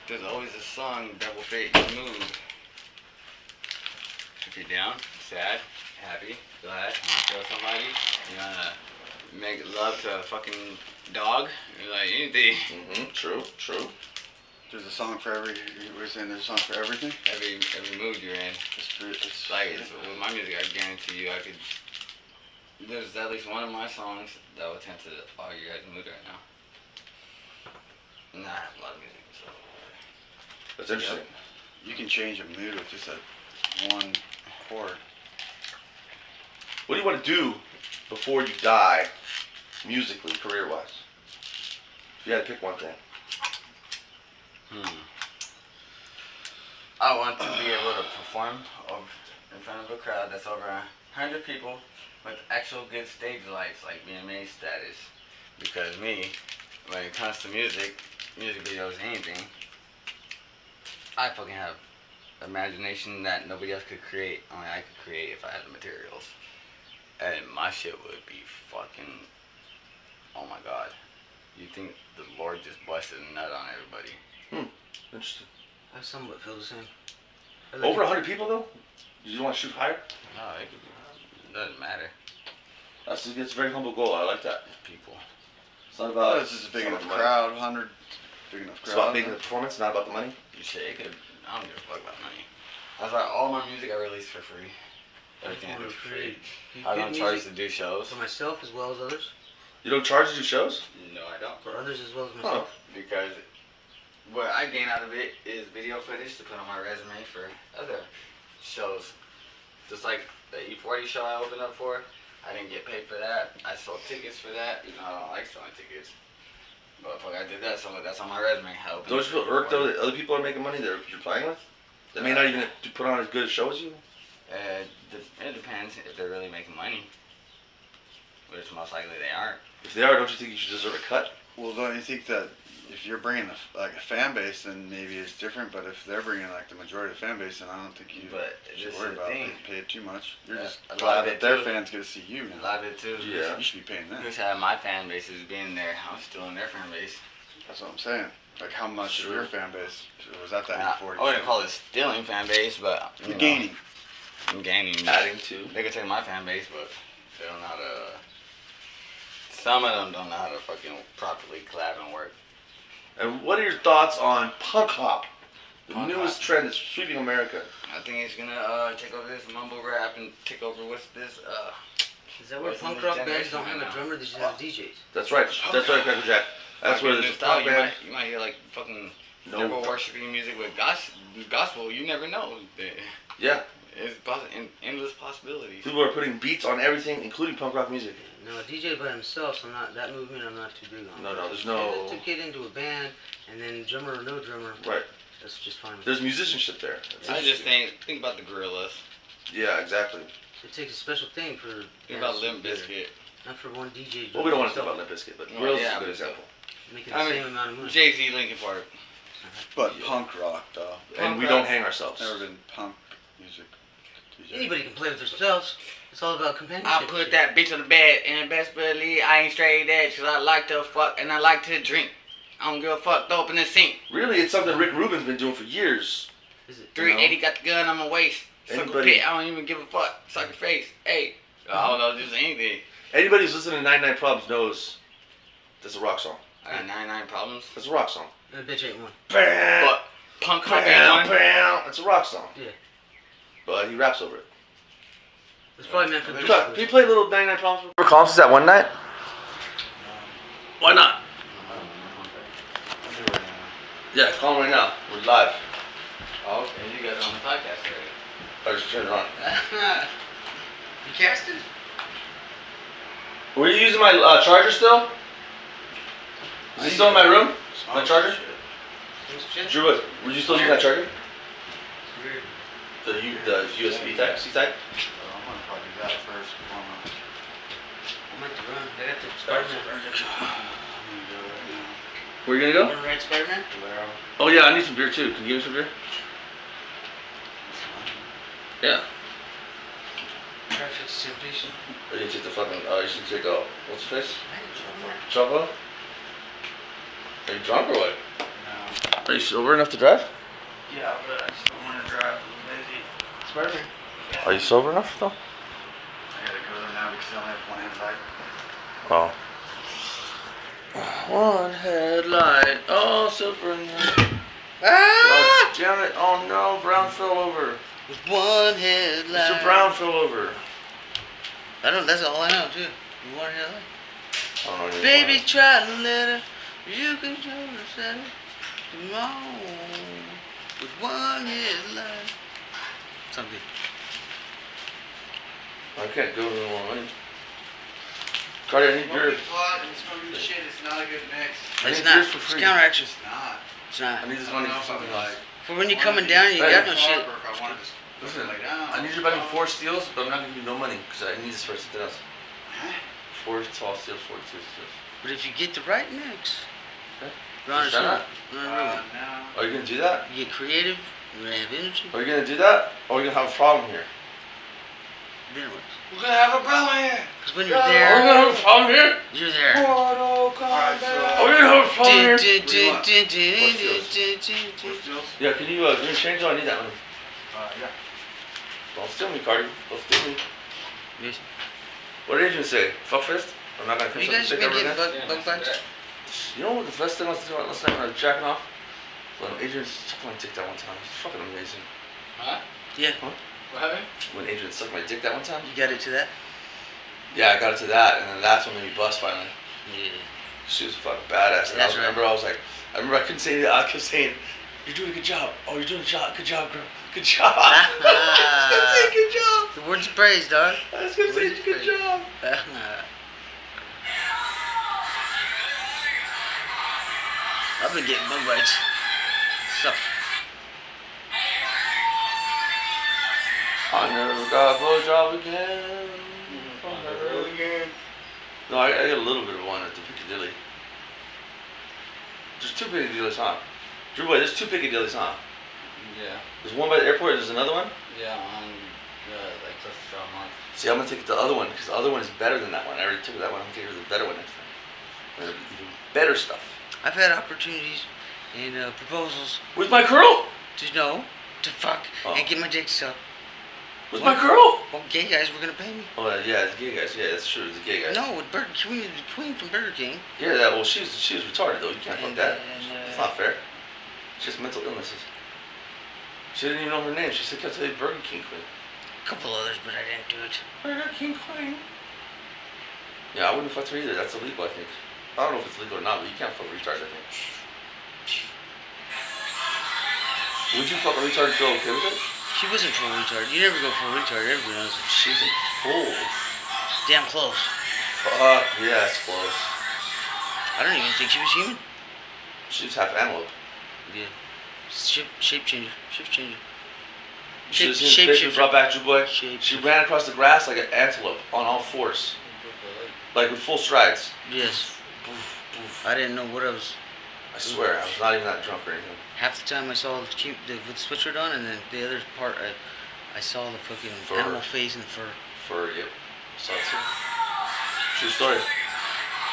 J: There's always a song that will fit your mood. If you're down, sad, happy, glad, you wanna kill somebody, you wanna make love to a fucking dog, you like anything.
A: Mm-hmm. True. True.
B: There's a song for every. We're saying there's a song for everything.
J: Every every mood you're in.
B: It's, for- it's
J: Like it's, with my music, I guarantee you, I could. There's at least one of my songs that will tend to all you guys' mood right now. Nah, I have a lot of music, so
A: That's interesting.
B: You can change a mood with just a one chord.
A: What do you want to do before you die, musically, career-wise? If you had to pick one thing.
J: Hmm. I want to be able to perform of, in front of a crowd that's over a hundred people with actual good stage lights, like BMA status. Because me, when it comes to music, music videos, anything, I fucking have imagination that nobody else could create. Only I could create if I had the materials. And my shit would be fucking. Oh my god. You think the Lord just busted a nut on everybody?
A: Interesting.
G: I somewhat feel the same. I like
A: Over
G: it.
A: 100 people, though? You want to shoot higher?
J: No, Oh, it could be. Doesn't matter.
A: That's, that's a very humble goal. I like that.
J: People.
A: It's not about...
B: this is a big
A: it's not
B: enough
A: about the money.
B: crowd. Hundred. Big enough crowd.
A: It's about making the performance, not about the money.
J: You shit, it could. I don't give a fuck about money. That's why all my music I release for free. Everything I do for free.
G: You
J: I
G: get
J: don't charge
G: music
J: to do shows.
G: for myself as well as others,
A: You don't charge to do shows?
J: No, I don't.
G: for others as well as
A: Huh.
G: myself.
J: Because what I gain out of it is video footage to put on my resume for other shows. Just like the E40 show I opened up for, I didn't get paid for that. I sold tickets for that. You know, I don't like selling tickets. But fuck, I did that, so that's on my resume. I opened
A: Don't you
J: up
A: feel
J: for
A: irked though
J: E40.
A: that other people are making money that you're playing with? They may not even put on as good a show as you.
J: Uh, de- it depends if they're really making money. Which most likely they aren't.
A: If they are, don't you think you should deserve a cut?
B: Well, don't you think that if you're bringing the, like a fan base, then maybe it's different. But if they're bringing like the majority of the fan base, then I don't think you
J: But
B: should
J: this is
B: worry
J: the
B: about
J: thing.
B: being paid too much. You're
J: Yeah,
B: just
J: a lot
B: glad
J: of
B: that
J: it
B: their
J: too.
B: fans get to see you.
J: A
B: man.
J: lot of it too.
A: Yeah.
B: You should be paying them.
J: Just how my fan base has been there. I'm still in their fan base.
B: That's what I'm saying. Like how much
A: Sure.
B: of your fan base was at
J: And I,
B: that 40?
J: I wouldn't call it stealing fan base, but you
B: You're
J: know,
B: gaining.
J: I'm gaining.
A: Adding to.
J: They can take my fan base, but they don't know how to. Some of them don't know how to fucking properly collab and work.
A: And what are your thoughts on punk hop, the
J: Punk
A: newest trend that's sweeping America?
J: I think it's gonna uh, take over this mumble rap and take over what's this. Uh,
G: Is that
J: Well,
G: where
J: it's
G: punk
J: the
G: rock bands
J: generation
G: don't have
J: right
G: a
J: now.
G: drummer? They just have DJs.
A: That's right. That's right, Cracker Jack. That's
J: fucking
A: where
J: new
A: this
J: style.
A: punk
J: You
A: band.
J: might, you might hear like fucking devil
A: No.
J: worshiping music with gos- gospel. You never know.
A: Yeah.
J: It's poss- en- endless possibilities.
A: People are putting beats on everything, including punk rock music.
G: No, a DJ by himself, I'm not that movement. I'm not too big on.
A: No, no, there's
G: And
A: no.
G: To get into a band and then drummer or no drummer,
A: Right.
G: that's just fine. with me.
A: There's musicianship there. That's
J: I just
A: interesting.
J: think think about the gorillas.
A: Yeah, exactly.
G: It takes a special thing for.
J: Think
G: bands
J: about
G: to
J: Limp
G: be there.
J: Bizkit.
G: Not for one DJ.
A: Well, we don't want to
G: drummer
A: talk about Limp Bizkit, but
J: Well,
A: Grills is
J: yeah,
A: a good
J: but-
A: example.
G: Making the
J: I mean,
G: same amount of money.
J: Jay Z, Linkin Park.
B: But
A: Yeah.
B: punk rock, though.
A: And we
J: rock.
A: don't hang ourselves.
B: Never been punk music. DJ.
G: Anybody can play with themselves. It's all about companionship.
J: I put that bitch on the bed and best believe I ain't straight edge cause I like to fuck and I like to drink. I don't give a fuck, throw up in the sink.
A: Really, it's something Rick Rubin's been doing for years.
G: Is it?
J: 380 got the gun on my waist. Suck a
A: Anybody-
J: pit, I don't even give a fuck. Suck your face. Hey. I don't know, just anything.
A: Anybody who's listening to 99 Problems knows that's a rock song.
J: I got 99 problems.
A: That's a rock song.
G: I bet you ain't one.
A: Bam,
J: But punk rock
A: bam,
J: ain't one.
A: bam. It's a rock song.
G: Yeah.
A: But he raps over it.
G: It's probably meant for the.
A: Look, can you play little 99 Problems?
F: Ever calm since that one night? Why not?
A: Yeah, call him right now. We're live.
J: Oh, okay, you guys on the podcast already.
A: I just turned it on.
G: You casted?
A: Were you using my uh, charger still? Is it still in my room?
B: Small
A: My charger?
G: Shit.
A: Drew, what- were you still using that charger?
G: It's weird.
A: The, U- the USB type, C type?
B: So I'm gonna probably do that first. before I'm gonna-
G: I might have to run. They have to Spider-Man.
B: I'm gonna go right now.
F: Where you gonna go?
G: Wanna ride Spider-Man?
B: Valero.
F: Oh yeah, I need some beer too. Can you give me some beer? Yeah.
G: Traffic's temptation.
A: Or you take the fucking, oh, you should take, oh, what's his face?
G: I ain't drunk.
A: Chopper? Are you drunk or what?
B: No.
F: Are you sober enough to drive?
B: Yeah, but I just don't wanna drive. I'm busy.
F: Are you sober enough though?
B: I gotta go there now because I only have one invite.
F: Oh. One headlight, oh super night. Ah! damn it! Oh no, Brown fell over.
G: With one headlight.
F: Mr. Brown fell over.
G: I don't. That's all I know too. You want headlight?
A: Oh, yeah.
G: Baby, try to let her. You can try to set her. Come on. With one headlight. Something.
A: I can't go to the one lane. Cardi, I need
B: What
A: beer.
B: we plot and smoking shit is not a good mix.
A: I
G: It's
A: need
G: not.
A: beers for
G: It's
A: free.
G: counteraction.
B: It's not.
G: It's
A: I
G: not.
A: need this
B: I
A: money
B: don't know
A: for
B: if I
A: something
B: would
A: else.
B: like-
G: For when you
B: wanna
G: coming
B: be
G: down, you
A: Hey.
G: got no
B: Or
G: shit.
B: if I wanted to-
A: Listen,
B: lay down.
A: I need you to buy me four steals, but I'm not gonna give you no money because I need this for something else. Four tall steals, four two steals.
G: But if you get the right mix,
A: Okay.
G: you're on a
A: Is that
G: roll.
A: not-
G: You're on a roll.
B: Uh, no.
A: Are you gonna do that?
G: You get creative. You have energy.
A: Are you gonna do that? Or are we gonna have a problem here?
G: Then what?
A: We're gonna have a problem here.
G: Because when you're
A: Are we
G: there,
A: gonna have a problem here?
G: you're there.
B: Alright,
A: Are we
G: Oh,
B: so,
A: gonna have a problem
G: Do,
A: here?
G: do,
B: What do you
G: do,
B: want?
G: do, do,
A: What's
G: do,
A: yours?
G: do, do, do.
B: four steals?
A: Yeah, can you uh, give me a change? Oh, I need that one.
B: Uh, yeah.
A: Don't steal me, Cardi. Don't steal me.
G: Yes.
A: What did you say? Fuck fist? I'm not gonna
G: Have
A: pick
G: you
A: up the
G: guys
A: stick
G: been
A: ever
G: getting
A: again.
G: bug, bug bites?
A: You know what the best thing I was doing last night when I was jacking off? When Adrian sucked my dick that one time. It's fucking amazing.
J: Huh?
G: Yeah.
J: What happened?
A: When Adrian sucked my dick that one time?
G: You got into that?
A: Yeah, I got into that, and then that's when we bust finally.
G: Yeah.
A: She was a fucking badass. And
G: That's
A: I
G: right.
A: remember I was like, I remember I couldn't say that. I kept saying, "You're doing a good job. Oh, you're doing a job. Good job, girl. Good job." I was gonna say good job.
G: The words of praise, dog.
A: I was gonna say good job.
G: I've been getting bug bites. So,
F: I never got a blowjob again. I never again.
A: No, I, I got a little bit of one at the Piccadilly. There's two Piccadillys, huh? Drew boy, there's two Piccadillys, huh?
J: Yeah.
A: There's one by the airport. There's another one.
J: Yeah, on the like just drop month.
A: See, I'm gonna take the other one because the other one is better than that one. I already took that one. I'm gonna take the better one next time. There's even better stuff.
G: I've had opportunities and uh, proposals
A: With my curl.
G: to know, to fuck,
A: Oh.
G: and get my dick sucked.
A: With my curl.
G: Well, gay guys were gonna pay me.
A: Oh uh, yeah, it's gay guys. Yeah, that's true. It's gay guys.
G: No, with Burger Queen, the queen from Burger King.
A: Yeah, that. Well, she was she was retarded though. You can't fuck
G: And,
A: that.
G: and, uh,
A: It's not fair. She has mental illnesses. She didn't even know her name. She said, "Kept saying Burger King Queen."
G: A couple others, but I didn't do it.
A: Burger King Queen. Yeah, I wouldn't fuck her either. That's illegal, I think. I don't know if it's legal or not, but you can't fuck retards, I think. Would you fuck a retard and feel okay with it?
G: She wasn't full retard. You never go full retard. Everybody knows it.
A: She's a fool.
G: Damn close.
A: Fuck, yeah, it's close.
G: I don't even think she was human.
A: She's half antelope.
G: Yeah. Shape, shape changer. Shape changer.
A: She
G: Shape-
A: was in
G: shape
A: shape,
G: shifter.
A: brought back Drew Boy.
G: Shape
A: She
G: shifter.
A: ran across the grass like an antelope on all fours, like with full strides.
G: Yes.
A: Boof, boof.
G: I didn't know what I was.
A: I swear, I was not even that drunk or anything.
G: Half the time I saw the cute the, with the sweatshirt on, and then the other part I, I saw the fucking
A: Fur.
G: animal face and fur.
A: For you. So it's true story.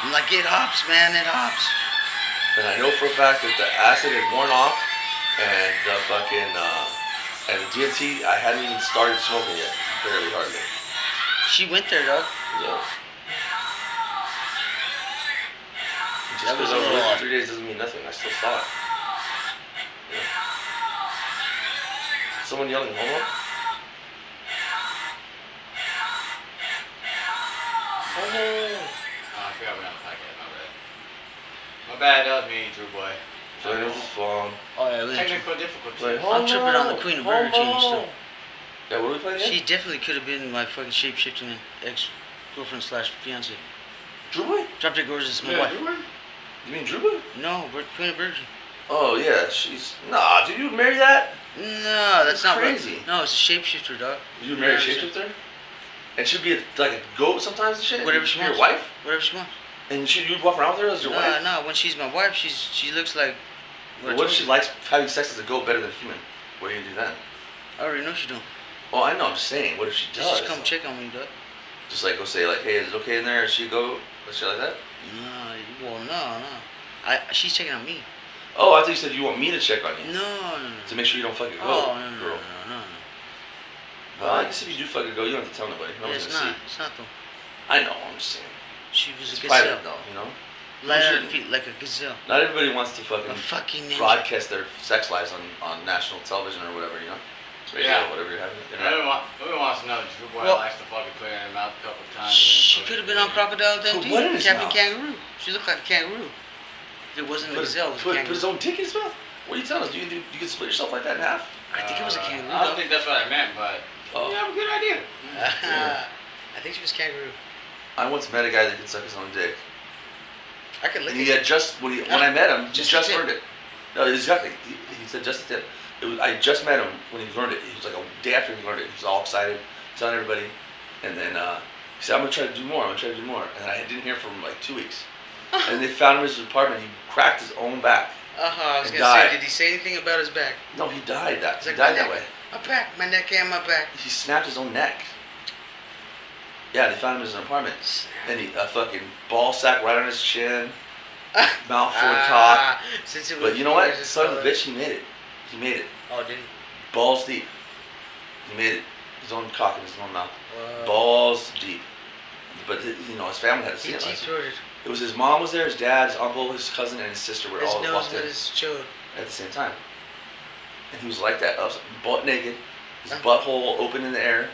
G: I'm like, it hops, man. It hops.
A: And I know for a fact that the acid had worn off and the fucking, uh, and the DMT, I hadn't even started smoking yet. Barely, hardly.
G: She went there, dog.
A: Yeah. Just
G: That was
A: because I was
G: a lot.
A: away for three days doesn't mean nothing. I still saw it. Yeah. Someone yelling homo? Homo!
J: Oh, I forgot we're on the podcast. My bad. My bad. That was me, Drew Boy.
A: Playing with his phone.
G: Oh yeah, it was a trip.
J: Technical
A: Play
J: difficulties.
A: um, homo.
G: I'm tripping on the Queen of Burger King still.
A: Yeah, what are we playing again?
G: She definitely could have been my fucking shape shifting ex girlfriend slash fiance.
A: Drew Boy?
G: Drop Dead Gorgeous is my
J: Yeah,
G: wife.
J: Drew Boy.
A: You mean Drew Boy?
G: No, we're Queen of Burger King.
A: Oh yeah, she's nah. Did you would marry that?
G: No,
A: That's
G: that's not
A: crazy.
G: Right. No, it's a shapeshifter, dog.
A: You would marry a
G: Yeah, she-
A: shapeshifter? And she'd be a, like a goat sometimes and shit.
G: Whatever she
A: She'd be
G: wants.
A: your wife.
G: Whatever she wants.
A: And she you'd walk around with her as your
G: No,
A: wife.
G: no. When she's my wife, she's she looks like.
A: But
G: I
A: what
G: told
A: if she
G: you.
A: likes having sex as a goat better than a human? What do you do then?
G: I already know she don't.
A: Oh, I know. I'm just saying. What if she does?
G: Just come check on me, dog.
A: Just like go say like, hey, is it okay in there? Is she a goat? Or shit like that.
G: No, well, no, no. I she's checking on me.
A: Oh, I thought you said you want me to check on
G: No,
A: you
G: no, no.
A: to make sure you don't fuck a goat,
G: Oh no, no, no,
A: girl.
G: no, no.
A: Well, I guess if you do fuck a goat, you don't have to tell nobody. No
G: no. Yeah,
A: one's
G: it's
A: gonna
G: not.
A: see.
G: It's not though.
A: I know. I'm just saying.
G: She was
A: It's
G: a gazelle.
A: private though, you know.
G: Light on her
A: shouldn't.
G: feet like a gazelle.
A: Not everybody wants to
G: A
A: fucking
G: fucking ninja.
A: broadcast their sex lives on, on national television or whatever, you know? Radio,
J: Yeah.
A: whatever you're having.
J: Everyone wa- everyone wants to know Drew Boy
G: Well-
J: likes to fucking clear her mouth a couple
G: Ah,
J: times.
G: She could have been on Crocodile
A: Put
G: Dundee.
A: what in his
G: Captain
A: mouth?
G: Kangaroo. She looked like a kangaroo. If it wasn't a
A: Put,
G: gazelle, it was a
A: put, put his
G: kangaroo.
A: own dick in his mouth? What are you telling us? You can, do, you can split yourself like that in half?
G: Ah, I think it was a
J: Uh,
G: kangaroo.
J: I don't
G: dog.
J: think that's what I meant, but
A: Oh.
J: you have a good idea.
G: I think she was kangaroo.
A: I once met a guy that could suck his own dick.
G: I could lick
A: And he
G: it.
A: had just, when, he, when I met him,
G: Just
A: just,
G: the
A: just
G: tip.
A: learned it. No, exactly. He, he said just the tip. It was, I just met him when he learned it. He was like a day after he learned it. He was all excited, telling everybody. And then uh, he said, I'm going to try to do more. I'm going to try to do more. And I didn't hear from him like two weeks. and they found him in his apartment. He cracked his own back.
G: Uh huh. I was
A: and
G: gonna say,
A: died.
G: did he say anything about his back?
A: No, he died that.
G: It's
A: He
G: like
A: died
G: my
A: that
G: neck.
A: way.
G: My back, my neck, and my back.
A: He snapped his own neck. Yeah, they found him in an apartment. And he a fucking ball sack right on his chin, mouth full of cock.
G: Ah, Since it was
A: But you know what?
G: gorgeous
A: Son of a
G: color.
A: bitch, he made it. He made it.
G: Oh, did he?
A: Balls deep. He made it. His own cock in his own mouth.
G: Wow.
A: Balls deep. But you know his family had to
G: He
A: see it.
G: deep throated.
A: It was his mom was there, his dad, his uncle, his cousin, and his sister were
G: His
A: all
G: nose
A: walked in
G: with his chode.
A: at the same time. And he was like that, up, butt naked, his
G: Huh?
A: butthole open in the air,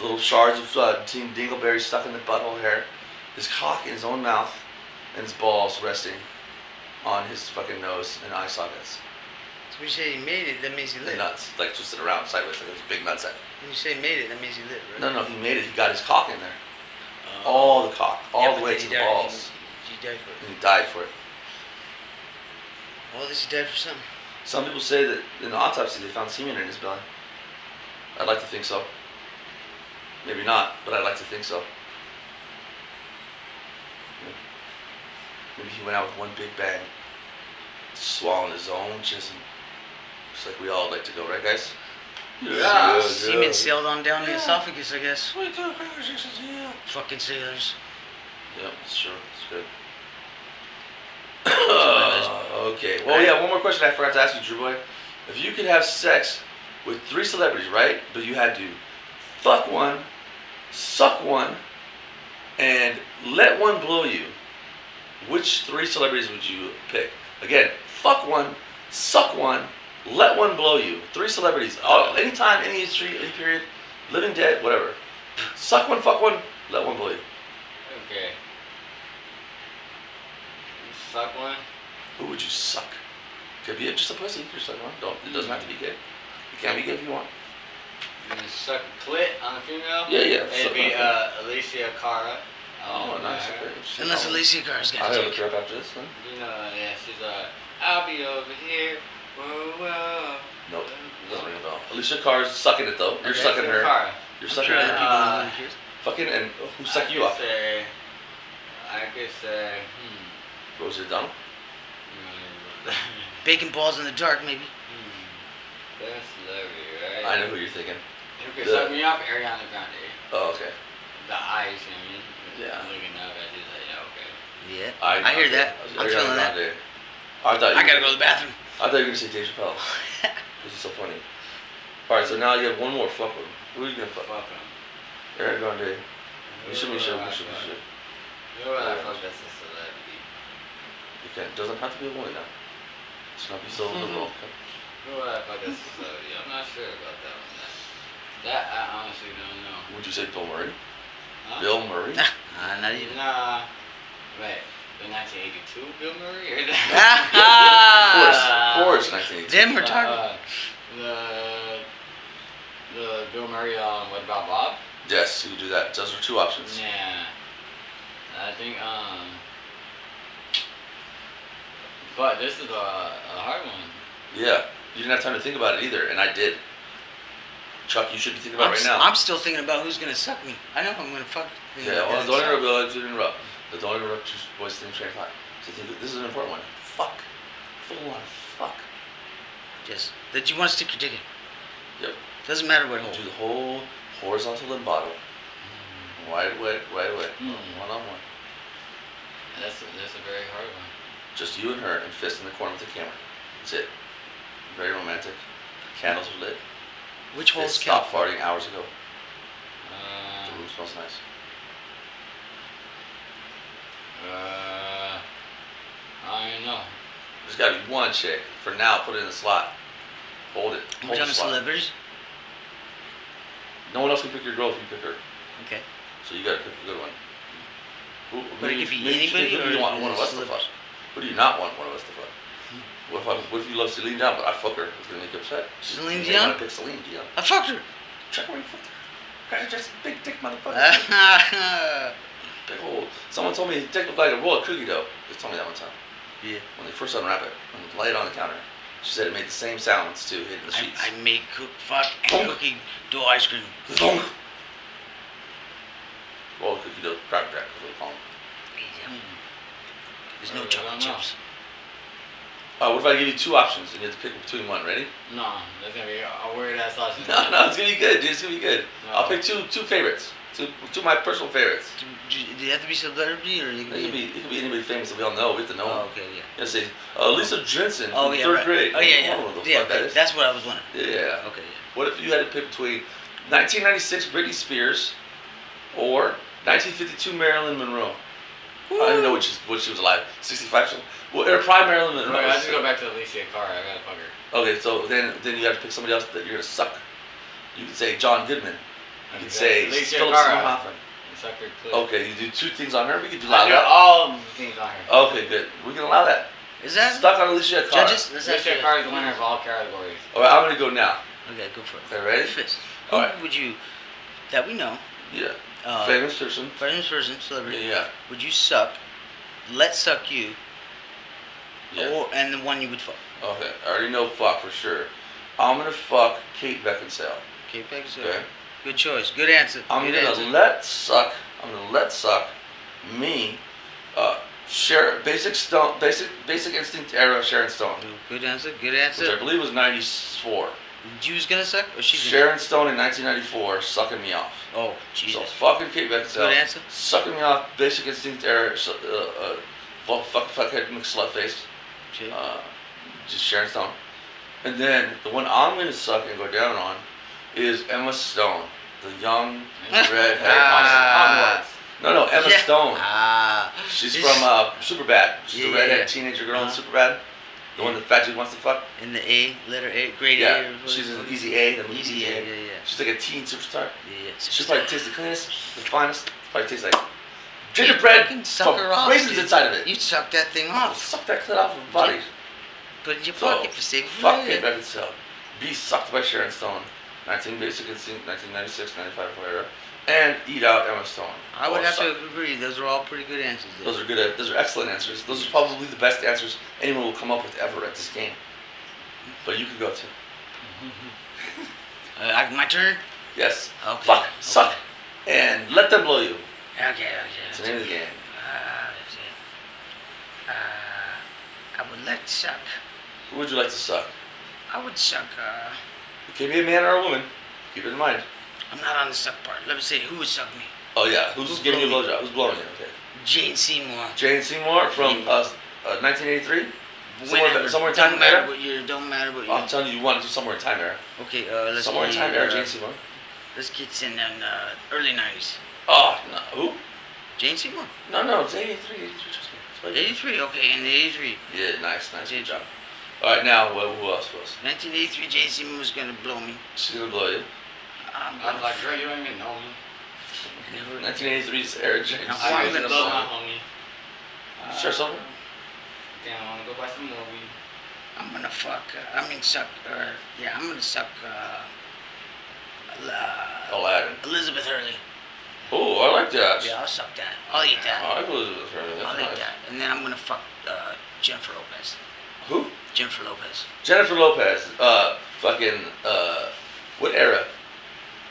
A: little shards of uh, Team Dingleberry stuck in the butthole hair, his cock in his own mouth, and his balls resting on his fucking nose and eye sockets.
G: So when you say he made it, that means he
A: The
G: lit.
A: nuts, like twisted around sideways, like his big nutsack.
G: When you say made it, that means he lit, right?
A: No, no, he made it. He got his cock in there.
G: Uh,
A: All the cock, all
G: yeah,
A: the
G: but
A: way
G: then
A: to
G: he
A: the
G: died-
A: balls.
G: He, he died for it.
A: And he died for it.
G: Well, at least he died for something.
A: Some people say that in the autopsy they found semen in his belly. I'd like to think so. Maybe not, but I'd like to think so. Yeah. Maybe he went out with one big bang, swallowing his own chism. Just like we all like to go, right, guys?
J: Yeah.
G: Semen sailed on down the esophagus, I guess.
A: Twenty-two fingers, yes, it's here.
G: Fucking sailors.
A: Yeah, that's true. That's good.
G: Uh,
A: okay. Well, yeah. One more question I forgot to ask you, Drew Boy. If you could have sex with three celebrities, right? But you had to fuck one, suck one, and let one blow you. Which three celebrities would you pick? Again, fuck one, suck one, let one blow you. Three celebrities. Oh, anytime, any history, any period, living, dead, whatever. Suck one, fuck one, let one blow you.
J: Okay. Suck one.
A: Who would you suck? Could be just a pussy. Just like one. Don't. It doesn't have to be gay. You can be gay if you want.
J: And then suck a clit on a female.
A: Yeah, yeah,
J: It'd
A: suck on a
J: be
A: female.
J: uh, Alicia Cara.
A: Oh, nice.
J: man.
A: Okay. Shit,
G: Unless
A: I'll-
G: Alicia Carr's got
A: I'll
G: a
A: look her
G: dick.
A: up after this one.
J: You know, yeah, she's uh, I'll be over here. Whoa, whoa.
A: Nope. Doesn't ring a bell. Alicia Carr's sucking it though. Oh, You're
J: Okay,
A: sucking
J: Alicia
A: her.
J: Cara.
A: You're
G: I'm
A: sucking
G: sure other
A: her.
G: people
J: Uh,
G: know who she is.
A: Fucking and who suck
J: I
A: you
J: could
A: up?
J: Say, I could say, hmm.
A: Rosie O'Donnell.
J: hmm,
G: Bacon balls in the dark, maybe.
J: hmm, That's lovely, right?
A: I know who you're thinking.
J: Who could
A: The-
J: suck me off? Ariana Grande.
A: Oh, okay.
J: The eyes, you know what I mean?
A: Yeah.
J: Looking up at you, like, yeah, okay.
G: Yeah. I, hear that.
A: was-
G: I'm
A: Ariana
G: feeling that.
A: Grande. I thought you
G: I
A: were
G: gotta
A: gonna-
G: go to the bathroom.
A: I thought you were gonna say Dave Chappelle. This is so funny. All right, so now you have one more. Fuck one. Who are you gonna fuck?
J: Fuck 'em.
A: Ariana Grande.
J: Who
A: We should. We
J: would
A: should.
J: I
A: We should. We
J: fuck?
A: should.
J: Who would I fuck that's a celebrity?
A: You can doesn't have to be a woman now. It's not be so
G: Hmm.
A: liberal. okay?
J: Who would I fuck that's a celebrity? I'm not sure about that one. That- That I honestly don't know.
A: Would you say Bill Murray?
G: Ah.
J: Huh?
A: Bill Murray? Ah,
G: Uh, not even.
J: Nah. Wait, the 1982 Bill Murray? Or the,
G: Ah.
A: of course, of course, 1982.
G: Then we're talking.
J: Uh, the, the Bill Murray on What About Bob?
A: Yes, you could do that. Those are two options.
J: Yeah. I think, um. But this is a, a hard one.
A: Yeah, you didn't have time to think about it either, and I did. Chuck, you should be thinking about
G: I'm,
A: it right
G: s-
A: now.
G: I'm still thinking about who's gonna suck me. I know I'm gonna fuck. you know,
A: yeah, well,
G: and
A: don't
G: suck.
A: interrupt. Don't interrupt. But Don't interrupt. Just voice the train of thought. So think this is an important one. Fuck. Full on fuck.
G: Just that you want to stick your dick in.
A: Yep.
G: Doesn't matter what
A: Do
G: hole.
A: the whole horizontal and bottom. Wide, wet, wide, wet.
J: Hmm.
A: One on one.
J: That's a, that's a very hard one.
A: Just you and her and fist in the corner with the camera. That's it. Very romantic. Candles are lit.
G: Which
A: They
G: hole's count?
A: stopped farting hours ago. The
J: Uh,
A: room smells nice.
J: uh, I don't even know.
A: There's gotta be one chick. For now, put it in the slot. Hold it.
G: We're
A: Hold the
G: done with
A: slot.
G: celebrities.
A: No one else can pick your girl if you pick her.
G: Okay.
A: So you gotta pick a good one. Who,
G: But it
A: maybe-
G: could be
A: maybe you should
G: anybody
A: think, Who do
G: or
A: you want
G: is
A: one
G: it
A: of us to fuck?
G: celebrities?
A: Who do you not want one of us to fuck? What if, I, what if you love Celine Dion, but I fuck her? It's gonna make you upset.
G: Celine
A: You may wanna
G: Dion?
A: pick Celine Dion.
G: I fucked her.
A: Check where you fucked her. Guys, just big dick motherfucker.
G: yeah.
A: Big old. Someone told me his dick looked like a roll of cookie dough. They told me that one time. When they first unwrap it, when they lay it on the counter, she said it made the same sounds too, hitting the
G: I,
A: sheets.
G: I made cook, fuck, and cookie dough ice cream.
A: Zonk. Roll of cookie dough, crab crack, what they call 'em.
G: Yeah.
J: Hmm.
G: There's
J: Oh,
G: no
J: I
G: chocolate
J: don't know.
G: chips.
A: Uh, what if I give you two options and you have to pick between one? Ready?
J: No, that's gonna be a weird ass sausage.
A: No, no, it's gonna be good, dude. It's gonna be good.
J: No.
A: I'll pick two, two favorites, two, two of my personal favorites.
G: Do, do, do they have to be celebrity or they
A: It
G: can
A: could be, it could be anybody famous that we all know. We have to know.
G: Oh,
A: them.
G: okay, yeah.
A: You know, say uh, Lisa Jensen from
G: Oh yeah,
A: third
G: right.
A: grade.
G: Oh
A: I
G: yeah,
A: don't know
G: yeah.
A: what the
G: yeah
A: fuck that
G: okay,
A: is.
G: That's what I was wondering.
A: yeah.
G: Okay, yeah.
A: What if you had to pick between 1996 Britney Spears or 1952 Marilyn Monroe? I don't even know what she, what she was alive. 65. So, well, or probably Marilyn
J: Wait,
A: Monroe.
J: I have to go back to Alicia Cara. I gotta fuck her.
A: Okay, so then then you have to pick somebody else that you're gonna suck. You can say John Goodman. You
J: Okay,
A: can say
J: Alicia
A: Philip
J: Cara.
A: Seymour Hoffman.
J: Suck her clit.
A: Okay, you do two things on her. We can do
J: I
A: allow
J: do
A: that.
J: all the things on her.
A: Okay, good. We can allow that.
G: Is that
A: Stuck on Alicia Cara.
G: judges? Let's ask
J: Mr.
G: you-
J: Carr is the winner of all categories.
A: All right, I'm gonna go now.
G: Okay, go for it.
A: Okay, ready?
G: Fist. Who
A: All right.
G: would you that we know?
A: Yeah.
G: Uh,
A: Famous person.
G: famous person,
A: Yeah.
G: celebrity.
A: Yeah.
G: Would you suck? Let suck you,
A: yeah.
G: or and the one you would fuck.
A: Okay. I already know fuck for sure. I'm gonna fuck Kate Beckinsale.
G: Okay, Pegasus.
A: Okay.
G: Good choice. Good answer.
A: I'm
G: Good
A: gonna
G: answer.
A: let suck. I'm gonna let suck me. Uh, Sharon, basic stone, basic basic instinct era Sharon Stone,
G: Good answer. Good
A: which I
G: answer.
A: believe was '94.
G: You was gonna suck, or she's
A: Sharon Stone in 1994 sucking me off.
G: gonna? Oh,
A: So
G: Jesus.
A: fucking Kate Beckinsale.
G: Good answer.
A: Sucking me off. Basic instinct era. su- Uh, uh, fuck, fuck, fuckhead, McSlut face.
G: Shit.
A: Uh, just Sharon Stone. And then the one I'm gonna suck and go down on is Emma Stone, the young redhead.
G: Ah.
J: Onwards.
A: No, no, Emma
G: Yeah.
A: Stone.
G: Ah.
A: She's
G: This-
A: from uh, Superbad. She's the
G: Yeah.
A: redhead teenager girl
G: Uh-huh.
A: in Superbad. The one that fat dude wants to fuck.
G: In the A letter A grade A.
A: Yeah,
G: or what
A: she's
G: is
A: in
G: it?
A: Easy A, the movie
G: Easy
A: Easy
G: A.
A: A.
G: Yeah, yeah,
A: She's like a teen superstar.
G: yeah. yeah.
A: She's probably tastes the cleanest, the finest. Probably tastes like gingerbread.
G: Fucking suck her
A: from
G: off,
A: Raisins
G: dude.
A: inside of it. Oh,
G: You suck that thing off.
A: Suck that clit off her body.
G: Put it in your
A: So,
G: pocket for safe.
A: Fuck Kate Beckinsale. Be sucked by Sharon Stone. 19 Basic Instinct, 1996, 95 era. And eat out Emma Stone.
G: I would
A: Or
G: have
A: Oh, suck.
G: to agree. Those are all pretty good answers. there.
A: Those are good. Those are excellent answers. Those are probably the best answers anyone will come up with ever at this game. But you can go to.
G: Uh, I- my turn.
A: Yes.
G: Okay.
A: Fuck.
G: okay.
A: Suck. And let them blow you.
G: Okay. Okay.
A: It's the name of the game.
G: Ah, that's it. Uh, I would let suck.
A: Who would you like to suck?
G: I would suck. Uh,
A: It can be a man or a woman. Keep it in mind.
G: I'm not on the suck part. Let me see. Who would suck me?
A: Oh yeah. Who's
G: Who's
A: giving you a
G: blowing
A: blowjob? Who's blowing you? Okay.
G: Jane Seymour.
A: Jane Seymour from
G: Yeah.
A: uh, uh, 1983. Somewhere-
G: Whenever.
A: somewhere in
G: don't
A: time
G: matter
A: era?
G: what year. Don't matter what year.
A: I'm telling you, you want to do somewhere in time era.
G: okay. Uh, let's
A: Somewhere in
G: get,
A: time era,
G: uh,
A: Jane Seymour.
G: Let's get in the uh, early '90s.
A: Oh no. Who?
G: Jane Seymour.
A: No, no. It's 83. 83. Trust me. It's like-
G: '83. Okay, in the '83.
A: Yeah. Nice. Nice. Good
G: Jane
A: job. All right. Now, wh- who else was?
G: 1983. Jane Seymour was gonna blow me.
A: She's gonna blow you.
G: I'm
J: I was
G: gonna.
J: like, girl, you ain't even know me.
G: never-
A: 1983's era James.
G: Now,
J: I
G: I'm
J: used to
G: gonna
J: love my
G: suck.
J: homie.
G: uh,
A: Share something?
J: Damn, I wanna go buy some more weed.
G: I'm gonna fuck. Uh, I mean, suck. Uh, yeah, I'm gonna suck. Uh, uh,
A: Aladdin.
G: Elizabeth Hurley.
A: Oh, I like that. Oh,
G: Yeah, I'll suck that. I'll eat that.
A: I like Elizabeth Hurley. That's
G: I'll eat
A: nice.
G: that. And then I'm gonna fuck uh, Jennifer Lopez.
A: Who?
G: Jennifer Lopez.
A: Jennifer Lopez. Uh, fucking. Uh, what era?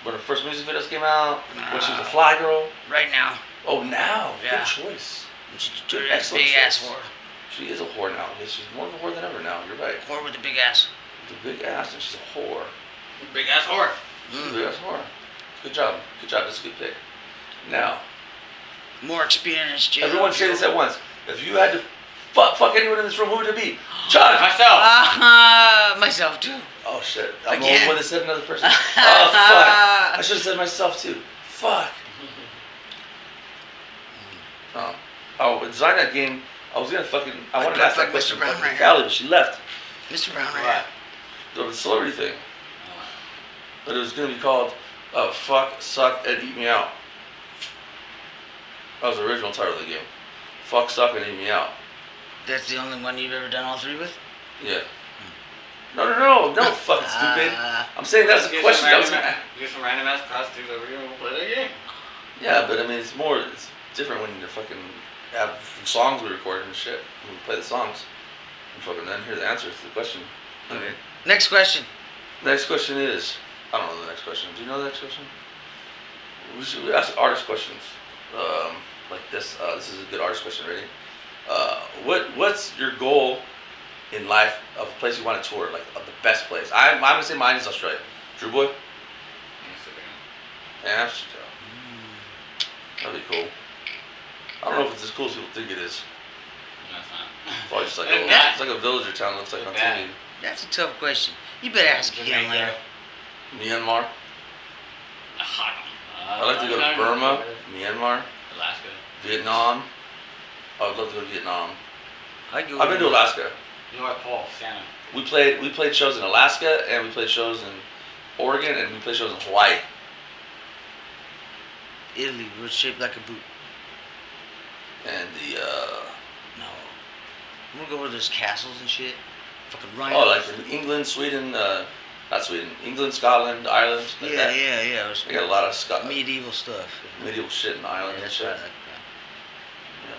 A: When her first music videos came out. When she was a fly girl.
G: Right now,
A: Oh, now.
G: Yeah.
A: Good choice.
G: she's a
A: Good,
G: dirty
A: excellent
G: big ass
A: choice.
G: whore.
A: She is a whore now. She's more of a whore than ever now. You're right.
G: Whore with a big ass.
A: She's a big ass and she's a whore.
J: Big ass whore.
A: She's a
G: Mm.
A: big ass whore. Good job. Good job. That's a good pick. Now,
G: More experienced. J-Lo.
A: everyone say this at once. If you had to fuck, fuck anyone in this room, who would it be? John.
J: Myself.
G: Uh, myself too.
A: Oh shit! I'm the
G: Again.
A: only one that said another person. oh fuck! I should have said myself too. Fuck. Oh, oh, design that game. I was gonna fucking. I
G: Like
A: wanted to
G: Black
A: ask that
G: Mr.
A: question
G: Brown
A: from
G: right here.
A: Callie, but she left.
G: Mr. Brown, right?
J: Right.
A: The celebrity thing. But it was gonna be called uh, "Fuck, Suck, and Eat Me Out." That was the original title of the game. Fuck, suck, and eat me out.
G: That's the only one you've ever done all three with.
A: Yeah.
G: Hmm.
A: No, no, no, no, fucking Oh, stupid.
G: Uh,
A: I'm saying that's a
J: Get some
A: question. I was
J: random-
A: gonna ask.
J: Get some random ass prostitutes over here and we'll play the game.
A: Yeah, but I mean, it's more, it's different when you fucking have songs we record and shit. We play the songs. And fucking then hear the answers to the question.
G: Okay. next question.
A: Next question is, I don't know the next question. Do you know the next question? We should we ask artist questions. Um, like this. Uh, this is a good artist question, ready? Uh, what What's your goal in life of a place you want to tour? Like of the best place. I'm, I'm gonna say mine is Australia. Drew boy,
J: Instagram.
A: Amsterdam. Mm. That'd be cool. I don't know if it's as cool as people think it is.
J: No, it's not.
A: Probably just like a,
J: Yeah.
A: it's like a villager town looks like on TV.
J: Yeah.
G: That's a tough question. You better ask again later.
A: Myanmar. I'd like to go to Burma, Myanmar,
J: Uh, Alaska.
A: Vietnam. I would love to go to Vietnam.
G: I go
A: I've been to Alaska.
J: North Pole, Santa.
A: We played we played shows in Alaska and we played shows in Oregon and we played shows in Hawaii.
G: Italy. We're shaped like a boot.
A: And the uh,
G: No. I'm gonna go where there's castles and shit. Fucking rhino.
A: Oh, like in England, Sweden, uh, not Sweden, England, Scotland, Ireland. Like
G: yeah,
A: that.
G: yeah, yeah. There's
A: They got a lot of Scot-
G: medieval stuff.
A: medieval shit in
G: Yeah,
A: Ireland and
G: that's
A: shit.
G: right. Like, yeah.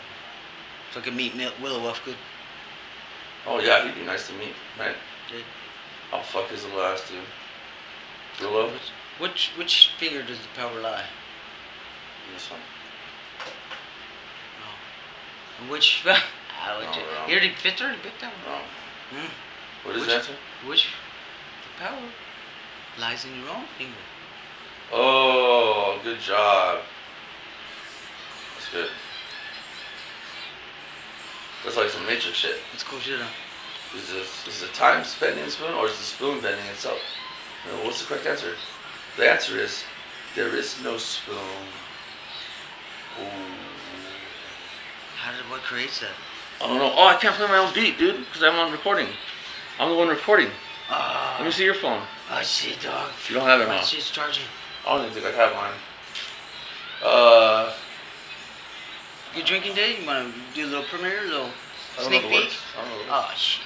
G: So I could meet Mil- Willowuff good.
A: Oh yeah, he'd be nice to meet, right?
G: Yeah.
A: I'll fuck his little ass too. Willow,
G: Which, which which finger does the power lie?
A: this one.
G: And Which? I
A: No,
G: don't know.
A: wrong.
G: You already picked already picked that one.
A: Wrong.
G: Hmm.
A: What is
G: Which-
A: the answer?
G: Which? The power lies in your own finger.
A: Oh, good job. That's good. That's like some nature shit.
G: Let's go shit huh?
A: Is this is it time spending spoon or is the spoon bending itself? No, what's the correct answer? The answer is there is no spoon. Ooh.
G: How did what creates that?
A: I don't know. Oh, I can't play my own beat, dude, because I'm on recording. I'm the one recording. Let
G: Ah,
A: me see your phone.
G: I see, dog.
A: You don't have it,
G: My
A: huh?
G: shit's charging.
A: I don't even think I have mine. Uh,
G: You drinking day? You wanna do a little premiere, a little
A: I don't
G: sneak
A: know the
G: peek?
A: words. I don't know the words.
G: Oh shit.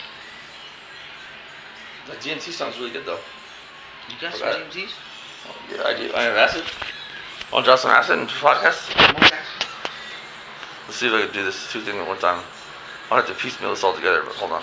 G: Oh.
A: That DMT sounds really good, though.
G: You got some
A: Forgot.
G: DMTs?
A: Oh, yeah, I do. I have acid. I'll drop some acid into the podcast. Let's see if I can do this two things at one time. I'll have to piecemeal this all together, but hold on.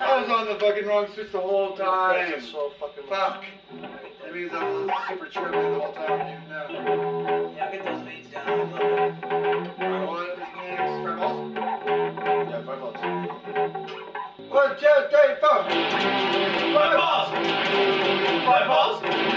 F: I was on the fucking wrong switch the whole time.
K: That's so fucking much.
F: Fuck. That means I was super tripping the whole time. I didn't know.
L: Yeah, get those leads down a little bit.
F: What is next? Fred Olsen?
K: Yeah, five bucks.
F: One, two, three, four.
M: Five balls! Five balls! Five balls!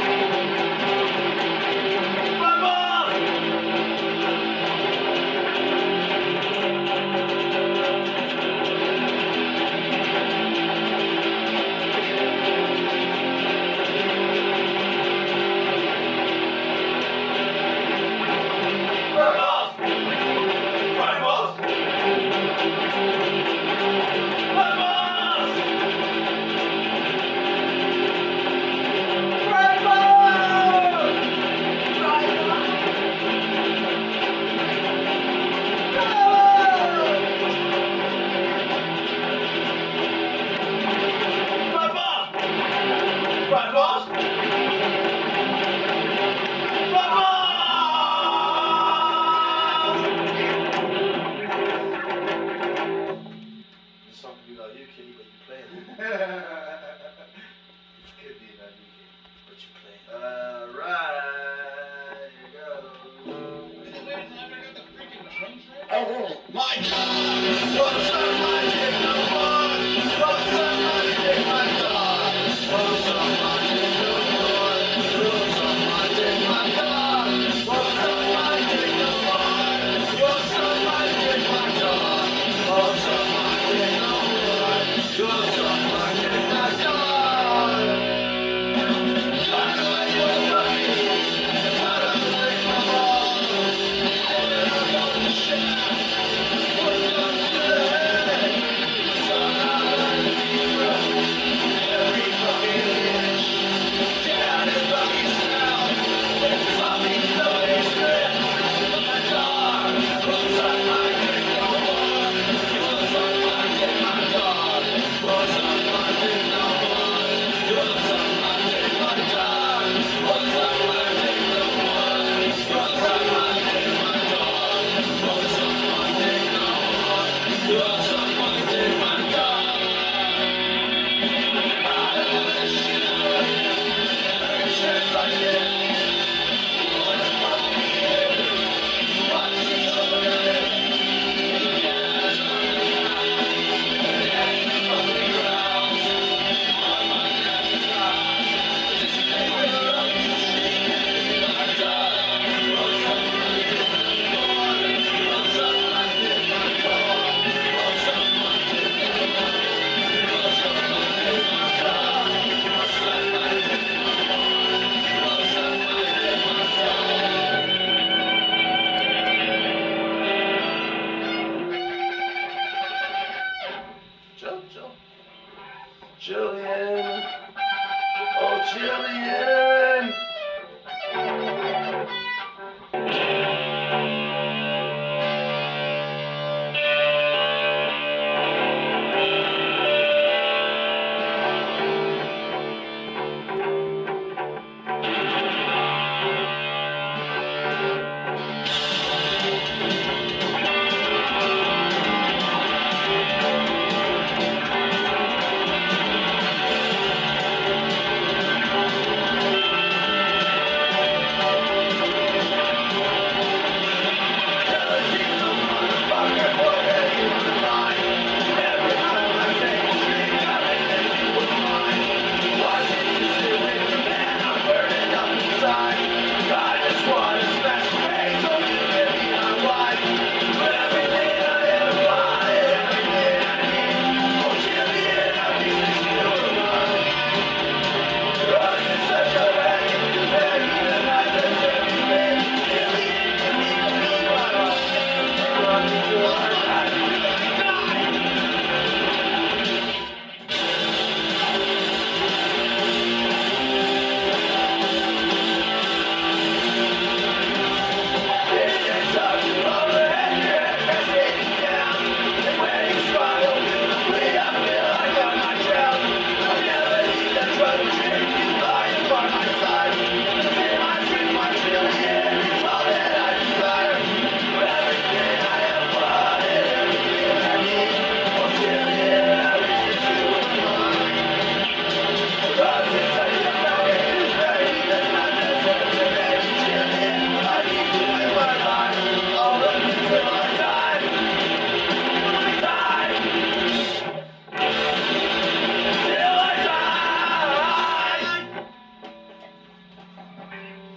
F: Jill, Jill. Jillian. Oh, Jillian. Oh,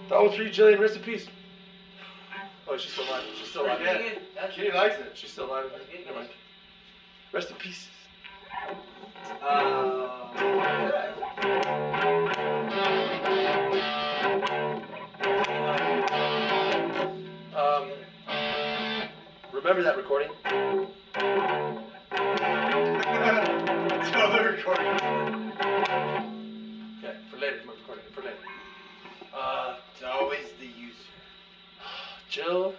F: That was for you, Jillian. Rest in peace. Oh, she's still alive. She's still alive. Kitty likes it. She's still alive. Never mind. Rest in peace. Um, remember that recording.
B: Totally recording.
F: Okay, for later. it's my recording, For later.
B: Uh, it's always the user.
F: Jill